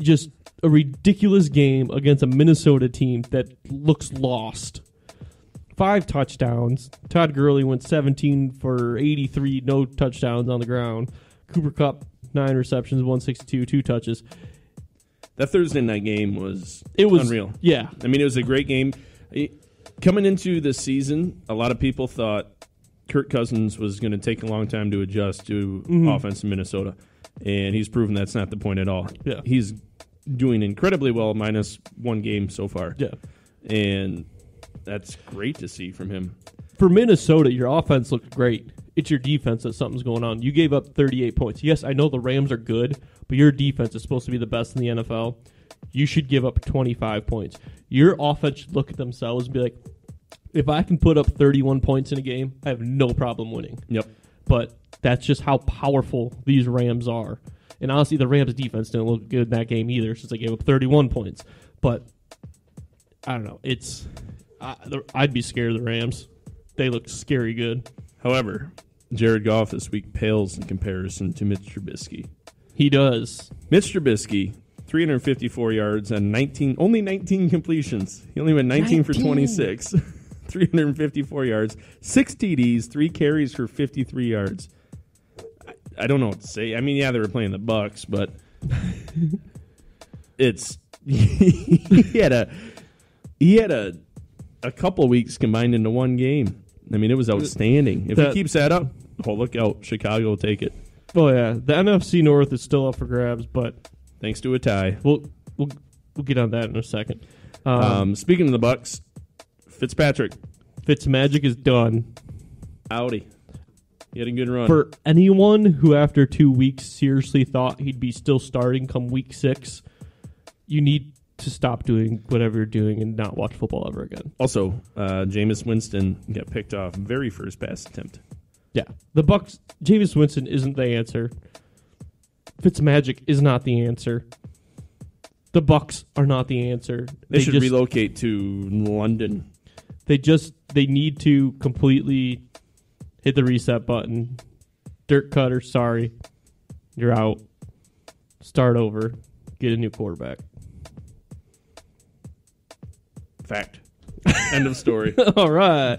Speaker 3: Just a ridiculous game against a Minnesota team that looks lost. Five touchdowns. Todd Gurley went 17 for 83, no touchdowns on the ground. Cooper Cup, nine receptions, 162, two touches.
Speaker 1: That Thursday night game was
Speaker 3: It was
Speaker 1: unreal.
Speaker 3: Yeah,
Speaker 1: I mean, it was a great game. I- Coming into the season, a lot of people thought Kirk Cousins was going to take a long time to adjust to
Speaker 3: Mm-hmm.
Speaker 1: offense in Minnesota, and he's proven that's not the point at all.
Speaker 3: Yeah.
Speaker 1: he's doing incredibly well, minus one game so far.
Speaker 3: yeah.
Speaker 1: and that's great to see from him.
Speaker 3: For Minnesota, your offense looked great. It's your defense that something's going on. You gave up 38 points. Yes, I know the Rams are good, but your defense is supposed to be the best in the NFL. You should give up 25 points. Your offense should look at themselves and be like, if I can put up 31 points in a game, I have no problem winning.
Speaker 1: Yep.
Speaker 3: But that's just how powerful these Rams are. And honestly, the Rams' defense didn't look good in that game either, since they gave up 31 points. But I don't know. It's I, the- I'd be scared of the Rams. They looked scary good.
Speaker 1: However, Jared Goff this week pales in comparison to Mitch Trubisky.
Speaker 3: He does.
Speaker 1: Mitch Trubisky, 354 yards and 19, only 19 completions. He only went 19, for 26. 354 yards, six TDs, three carries for 53 yards. I, I don't know what to say. I mean, yeah, they were playing the Bucks, but it's he had a he had a a couple weeks combined into one game. I mean, it was outstanding. If
Speaker 3: That-
Speaker 1: he keeps that up, oh look out, Chicago will take it.
Speaker 3: Oh yeah, the NFC North is still up for grabs, but
Speaker 1: Thanks to a tie.
Speaker 3: we'll we'll we'll get on that in a second. Um,
Speaker 1: Um, speaking of the Bucks, Fitzpatrick,
Speaker 3: Fitzmagic is done.
Speaker 1: Audi, he had a good run.
Speaker 3: For anyone who, after two weeks, seriously thought he'd be still starting come week six, you need to stop doing whatever you're doing and not watch football ever again.
Speaker 1: Also, uh, Jameis Winston got picked off very first pass attempt.
Speaker 3: Yeah, the Bucks. Jameis Winston isn't the answer. Fitzmagic is not the answer. The Bucks are not the answer.
Speaker 1: They, should
Speaker 3: just,
Speaker 1: relocate to London.
Speaker 3: They just they need to completely hit the reset button. Dirt cutter, sorry, you're out. Start over. Get a new quarterback.
Speaker 1: Fact. End of story.
Speaker 3: All right.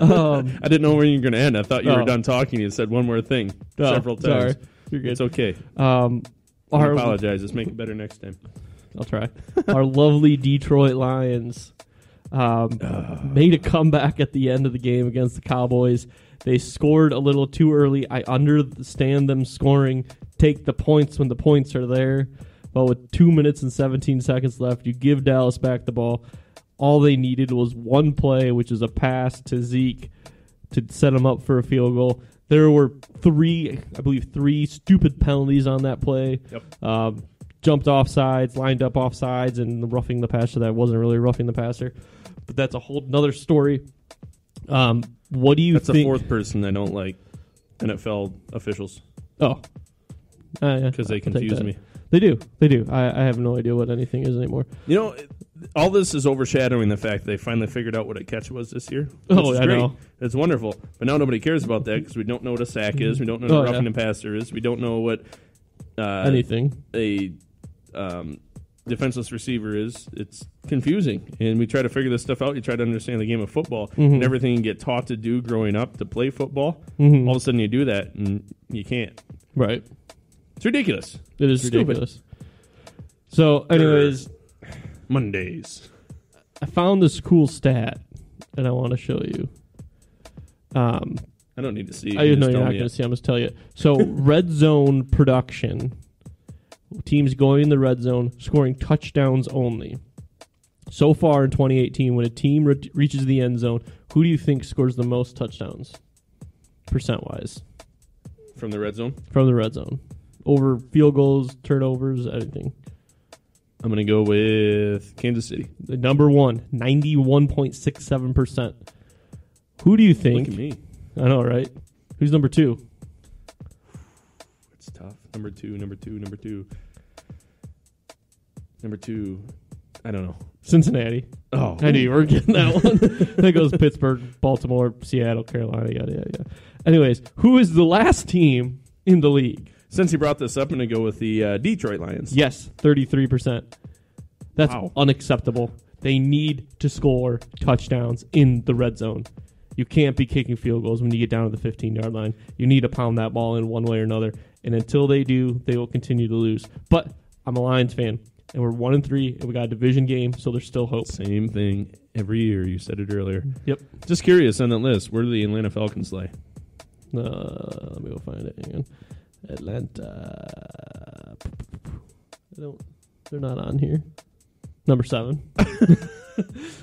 Speaker 3: Um,
Speaker 1: I didn't know where you were going to end. I thought you were
Speaker 3: Oh.
Speaker 1: done talking. You said one more thing
Speaker 3: oh,
Speaker 1: several times.
Speaker 3: sorry. You're good.
Speaker 1: It's okay.
Speaker 3: Um,
Speaker 1: I
Speaker 3: our,
Speaker 1: apologize. Let's make it better next time.
Speaker 3: I'll try. Our lovely Detroit Lions um, made a comeback at the end of the game against the Cowboys. They scored a little too early. I understand them scoring. Take the points when the points are there. But with two minutes and 17 seconds left, you give Dallas back the ball. All they needed was one play, which is a pass to Zeke to set him up for a field goal. There were three, I believe, three stupid penalties on that play
Speaker 1: Yep.
Speaker 3: um, jumped off sides, lined up off sides, and roughing the passer that wasn't really roughing the passer. But that's a whole nother story. Um, what do you
Speaker 1: That's the
Speaker 3: think?
Speaker 1: fourth person I don't like. NFL officials
Speaker 3: Oh, Ah,
Speaker 1: because they confuse me.
Speaker 3: They do. They do. I, I have no idea what anything is anymore.
Speaker 1: You know, all this is overshadowing the fact they finally figured out what a catch was this year.
Speaker 3: Oh,
Speaker 1: Which is
Speaker 3: I know.
Speaker 1: It's wonderful. But now nobody cares about that because we don't know what a sack is. We don't know
Speaker 3: Oh,
Speaker 1: what
Speaker 3: yeah.
Speaker 1: roughing the passer is. We don't know what uh,
Speaker 3: anything.
Speaker 1: a um, defenseless receiver is. It's confusing. And we try to figure this stuff out. You try to understand the game of football
Speaker 3: Mm-hmm.
Speaker 1: and everything you get taught to do growing up to play football.
Speaker 3: Mm-hmm.
Speaker 1: All of a sudden you do that and you can't.
Speaker 3: Right.
Speaker 1: It's ridiculous.
Speaker 3: It is
Speaker 1: It's stupid.
Speaker 3: ridiculous. So, anyways,
Speaker 1: Mondays.
Speaker 3: I found this cool stat, and I want to show you. Um,
Speaker 1: I don't need to see.
Speaker 3: I
Speaker 1: You
Speaker 3: know
Speaker 1: just
Speaker 3: you're
Speaker 1: tell
Speaker 3: not
Speaker 1: me
Speaker 3: going to
Speaker 1: it.
Speaker 3: see. I'm just tell you. So red zone production, teams going in the red zone, scoring touchdowns only. So far in 2018, when a team re- reaches the end zone, who do you think scores the most touchdowns, percent wise,
Speaker 1: from the red zone.
Speaker 3: from the red zone, over field goals, turnovers, anything?
Speaker 1: I'm going to go with Kansas City.
Speaker 3: The number one, 91.67 percent. Who do you
Speaker 1: Look at
Speaker 3: think?
Speaker 1: me.
Speaker 3: I know, right? Who's number two?
Speaker 1: It's tough. Number two, number two, number two. Number two. I don't know.
Speaker 3: Cincinnati.
Speaker 1: Oh,
Speaker 3: I knew you were getting that one. that goes Pittsburgh, Baltimore, Seattle, Carolina, yada yada yada. Anyways, who is the last team in the league?
Speaker 1: Since you brought this up, I'm going to go with the uh, Detroit Lions.
Speaker 3: Yes, thirty-three percent. That's
Speaker 1: Wow.
Speaker 3: unacceptable. They need to score touchdowns in the red zone. You can't be kicking field goals when you get down to the fifteen-yard line. You need to pound that ball in one way or another. And until they do, they will continue to lose. But I'm a Lions fan, and we're one and three, and we got a division game, so there's still hope.
Speaker 1: Same thing every year. You said it earlier.
Speaker 3: Yep.
Speaker 1: Just curious on that list, where do the Atlanta Falcons lay?
Speaker 3: Uh, let me go find it. Hang on. Atlanta. I don't. They're not on here. Number seven.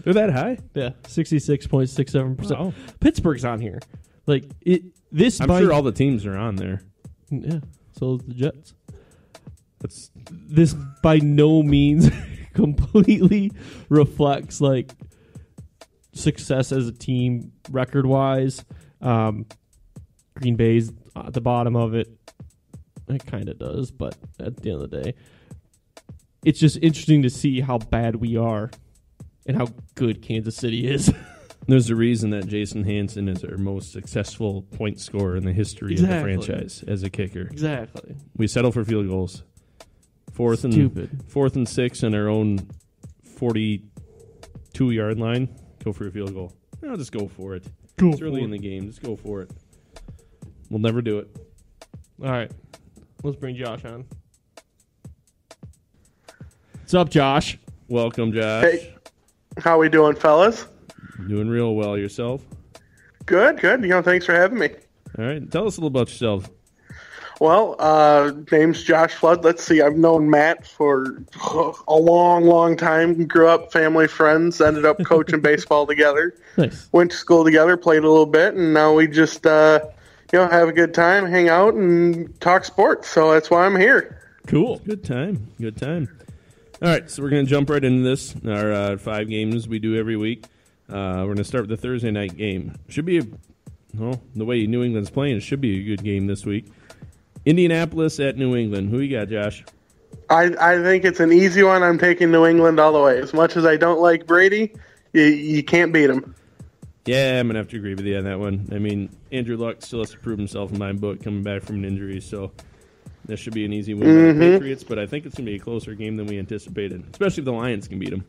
Speaker 1: They're that high?
Speaker 3: Yeah, sixty-six point six seven percent.
Speaker 1: Wow.
Speaker 3: Pittsburgh's on here. Like it. This.
Speaker 1: I'm
Speaker 3: by-
Speaker 1: sure all the teams are on there.
Speaker 3: yeah. So is the Jets.
Speaker 1: That's
Speaker 3: This by no means completely reflects like success as a team record wise. Um, Green Bay's at the bottom of it. It kind of does, but at the end of the day, it's just interesting to see how bad we are and how good Kansas City is.
Speaker 1: there's a reason that Jason Hanson is our most successful point scorer in the history
Speaker 3: Exactly.
Speaker 1: of the franchise as a kicker.
Speaker 3: exactly.
Speaker 1: We settle for field goals. Fourth and
Speaker 3: Stupid.
Speaker 1: fourth and six in our own 42 yard line, go for a field goal. No, just go for it. It's early in the game. Just go for it. We'll never do it.
Speaker 3: All right, let's bring Josh on. What's up, Josh?
Speaker 1: Welcome, Josh.
Speaker 5: Hey, how we doing, fellas?
Speaker 1: Doing real well yourself.
Speaker 5: Good, good. You know, thanks for having me.
Speaker 1: All right. Tell us a little about yourself.
Speaker 5: Well, uh, name's Josh Flood. Let's see. I've known Matt for a long, long time. Grew up family friends. Ended up coaching baseball together.
Speaker 3: Nice.
Speaker 5: Went to school together. Played a little bit, and now we just uh, you know have a good time, hang out, and talk sports. So that's why I'm here.
Speaker 1: Cool. Good time. Good time. All right, so we're going to jump right into this. Our uh, five games we do every week. Uh, we're going to start with the Thursday night game. Should be, a, well, the way New England's playing, it should be a good game this week. Indianapolis at New England. Who you got, Josh?
Speaker 5: I, I think it's an easy one. I'm taking New England all the way. As much as I don't like Brady, you, you can't beat him.
Speaker 1: Yeah, I'm gonna have to agree with you on that one. I mean, Andrew Luck still has to prove himself in my book, coming back from an injury, so this should be an easy win for the Patriots. But I think it's gonna be a closer game than we anticipated, especially if the Lions can beat them.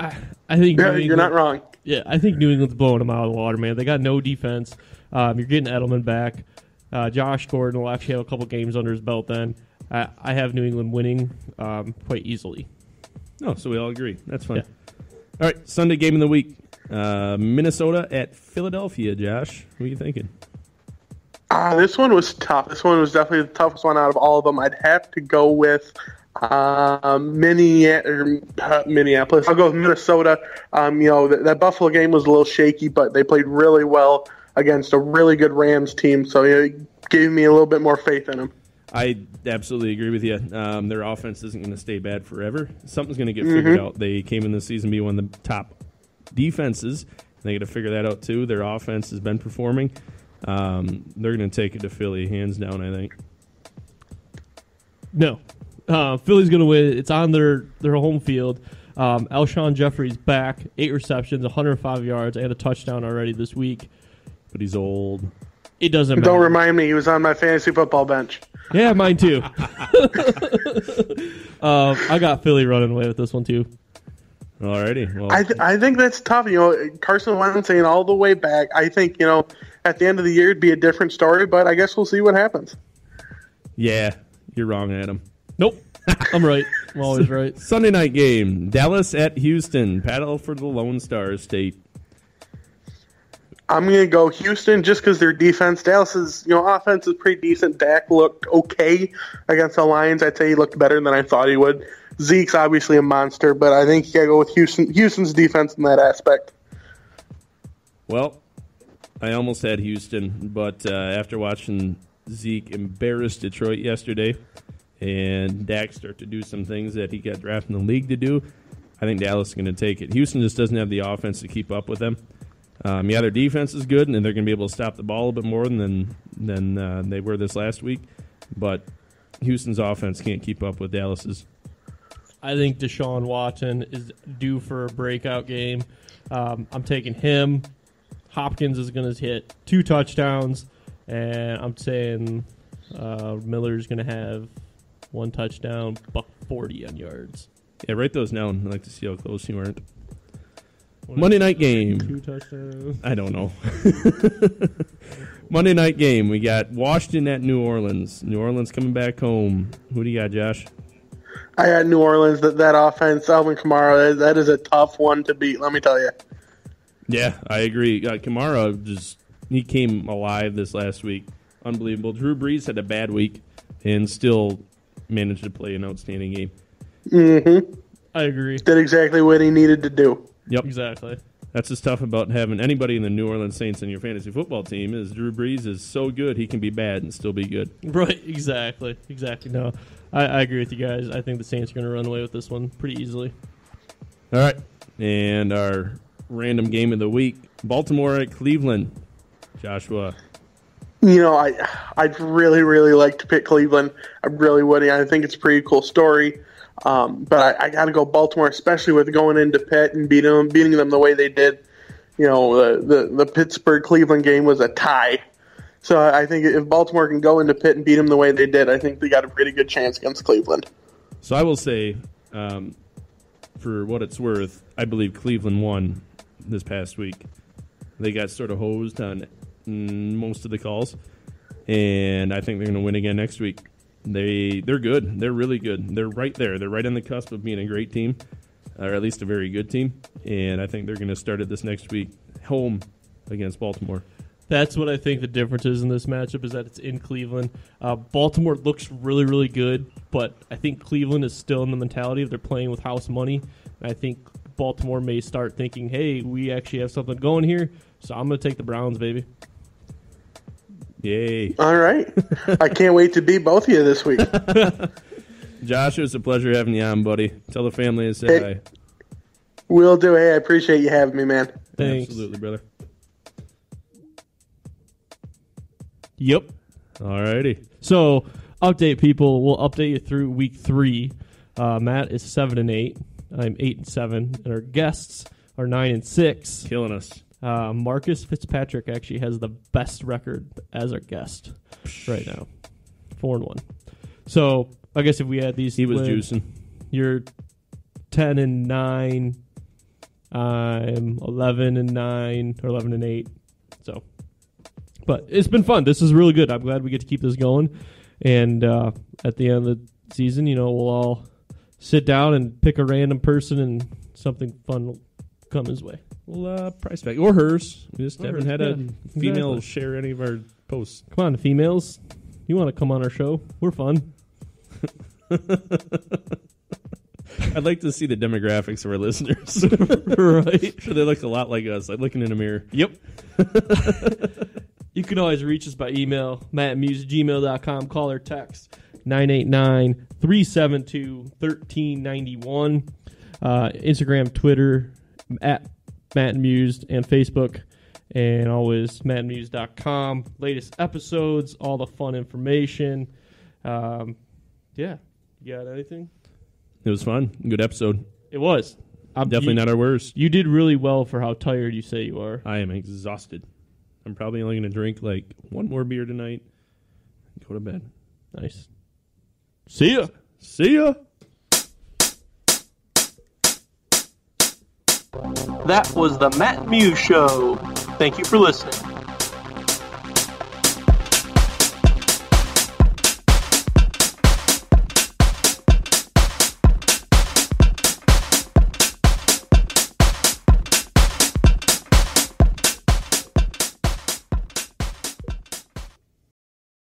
Speaker 3: I, I think
Speaker 5: Yeah,
Speaker 3: New
Speaker 5: you're not
Speaker 3: England-
Speaker 5: wrong.
Speaker 3: Yeah, I think New England's blowing them out of the water, man. They got no defense. Um, you're getting Edelman back. Uh, Josh Gordon will actually have a couple games under his belt. Then I, I have New England winning um, quite easily.
Speaker 1: No, so we all agree. That's fine.
Speaker 3: Yeah.
Speaker 1: All right, Sunday game of the week. Uh, Minnesota at Philadelphia, Josh. What are you thinking?
Speaker 5: Ah, this one was tough. This one was definitely the toughest one out of all of them. I'd have to go with uh, Minne- or, uh, Minneapolis. I'll go with Minnesota. Um, you know, that, that Buffalo game was a little shaky, but they played really well against a really good Rams team, so it gave me a little bit more faith in them.
Speaker 1: I absolutely agree with you. Um, their offense isn't going to stay bad forever. Something's going to get
Speaker 5: Mm-hmm.
Speaker 1: figured out. They came in this season to be one of the top defenses. And they got to figure that out too. Their offense has been performing. Um, they're going to take it to Philly, hands down. I think.
Speaker 3: No, uh, Philly's going to win. It's on their their home field. Um, Alshon Jeffrey's back, eight receptions, 105 yards, and a touchdown already this week.
Speaker 1: But he's old.
Speaker 3: It doesn't matter.
Speaker 5: Don't remind me, he was on my fantasy football bench.
Speaker 3: Yeah, mine too. um, I got Philly running away with this one too.
Speaker 1: Alrighty. Well,
Speaker 5: I, th- I think that's tough. You know, Carson Wentz ain't all the way back. I think, you know, at the end of the year, it'd be a different story, but I guess we'll see what happens.
Speaker 1: yeah, you're wrong, Adam.
Speaker 3: Nope, I'm right. I'm always right.
Speaker 1: Sunday night game: Dallas at Houston. Paddle for the Lone Star State.
Speaker 5: I'm going to go Houston just because their defense. Dallas's you know offense is pretty decent. Dak looked okay against the Lions. I'd say he looked better than I thought he would. Zeke's obviously a monster, but I think you got to go with Houston. Houston's defense in that aspect.
Speaker 1: Well, I almost had Houston, but uh, after watching Zeke embarrass Detroit yesterday and Dak start to do some things that he got drafted in the league to do, I think Dallas is going to take it. Houston just doesn't have the offense to keep up with them. Um, yeah, their defense is good, and they're going to be able to stop the ball a bit more than than uh, they were this last week. But Houston's offense can't keep up with Dallas's.
Speaker 3: I think Deshaun Watson is due for a breakout game. Um, I'm taking him. Hopkins is going to hit two touchdowns, and I'm saying uh, Miller's going to have one touchdown, buck forty on yards.
Speaker 1: Yeah, write those down. I'd like to see how close you aren't. Monday night game.
Speaker 3: Two touchdowns.
Speaker 1: I don't know. Monday night game. We got Washington at New Orleans. New Orleans coming back home. Who do you got, Josh?
Speaker 5: I had New Orleans that that offense. Alvin Kamara that- that is a tough one to beat. Let me tell you.
Speaker 1: Yeah, I agree. Uh, Kamara just he came alive this last week. Unbelievable. Drew Brees had a bad week and still managed to play an outstanding game.
Speaker 3: I agree.
Speaker 5: Did exactly what he needed to do.
Speaker 1: Yep.
Speaker 3: Exactly.
Speaker 1: That's the stuff about having anybody in the New Orleans Saints in your fantasy football team is Drew Brees is so good he can be bad and still be good.
Speaker 3: Right. Exactly. Exactly. No, I, I agree with you guys. I think the Saints are going to run away with this one pretty easily.
Speaker 1: All right. And our random game of the week Baltimore at Cleveland. Joshua.
Speaker 5: you know, I I'd really really like to pick Cleveland. I really would. I think it's a pretty cool story. Um, but I, I got to go Baltimore, especially with going into Pitt and beating them, beating them the way they did. You know, the the, the Pittsburgh Cleveland game was a tie. So I I think if Baltimore can go into Pitt and beat them the way they did, I think they got a pretty good chance against Cleveland.
Speaker 1: So I will say, um, for what it's worth, I believe Cleveland won this past week. They got sort of hosed on mm, most of the calls, and I think they're going to win again next week. They they're good. They're really good. They're right there. They're right on the cusp of being a great team, or at least a very good team. And I think they're going to start it this next week, home against Baltimore.
Speaker 3: That's what I think the difference is in this matchup is that it's in Cleveland. Uh, Baltimore looks really, really good, but I think Cleveland is still in the mentality of they're playing with house money. And I think Baltimore may start thinking, "Hey, we actually have something going here." So I'm going to take the Browns, baby.
Speaker 1: Yay.
Speaker 5: All right. I can't wait to beat both of you this week.
Speaker 1: Josh, it was a pleasure having you on, buddy. Tell the family to say
Speaker 5: Hey,
Speaker 1: hi.
Speaker 5: Will do. Hey, I appreciate you having me, man.
Speaker 3: Thanks.
Speaker 1: Absolutely, brother.
Speaker 3: Yep.
Speaker 1: All righty.
Speaker 3: So update people. We'll update you through week three. Uh, Matt is seven and eight. I'm eight and seven, and our guests are nine and six.
Speaker 1: Killing us.
Speaker 3: Uh, Marcus Fitzpatrick actually has the best record as our guest right now, four and one. So I guess if we had these,
Speaker 1: He was
Speaker 3: wins,
Speaker 1: juicing.
Speaker 3: You're ten and nine. I'm eleven and nine or eleven and eight. So, but it's been fun. This is really good. I'm glad we get to keep this going. And uh, at the end of the season, you know, we'll all sit down and pick a random person, and something fun will come his way.
Speaker 1: Well, uh, price back. Or hers. We just
Speaker 3: Or
Speaker 1: haven't
Speaker 3: hers,
Speaker 1: had a
Speaker 3: yeah,
Speaker 1: female
Speaker 3: exactly.
Speaker 1: share any of our posts.
Speaker 3: Come on, females. You want to come on our show? We're fun.
Speaker 1: I'd like to see the demographics of our listeners.
Speaker 3: right?
Speaker 1: sure, they look a lot like us, like looking in a mirror.
Speaker 3: Yep. you can always reach us by email, mattmusegmail.com, call or text 989 372 1391. Uh, Instagram, Twitter, at Matt and Mused, and Facebook. And always mattandmused.com. Latest episodes, all the fun information. Um, yeah. You got anything?
Speaker 1: It was fun. Good episode.
Speaker 3: It was. I'm
Speaker 1: Definitely not our worst.
Speaker 3: You did really well for how tired you say you are.
Speaker 1: I am exhausted. I'm probably only going to drink like one more beer tonight. Go to bed.
Speaker 3: Nice.
Speaker 1: See ya. See ya.
Speaker 2: That was the Matt Muse Show. Thank you for listening.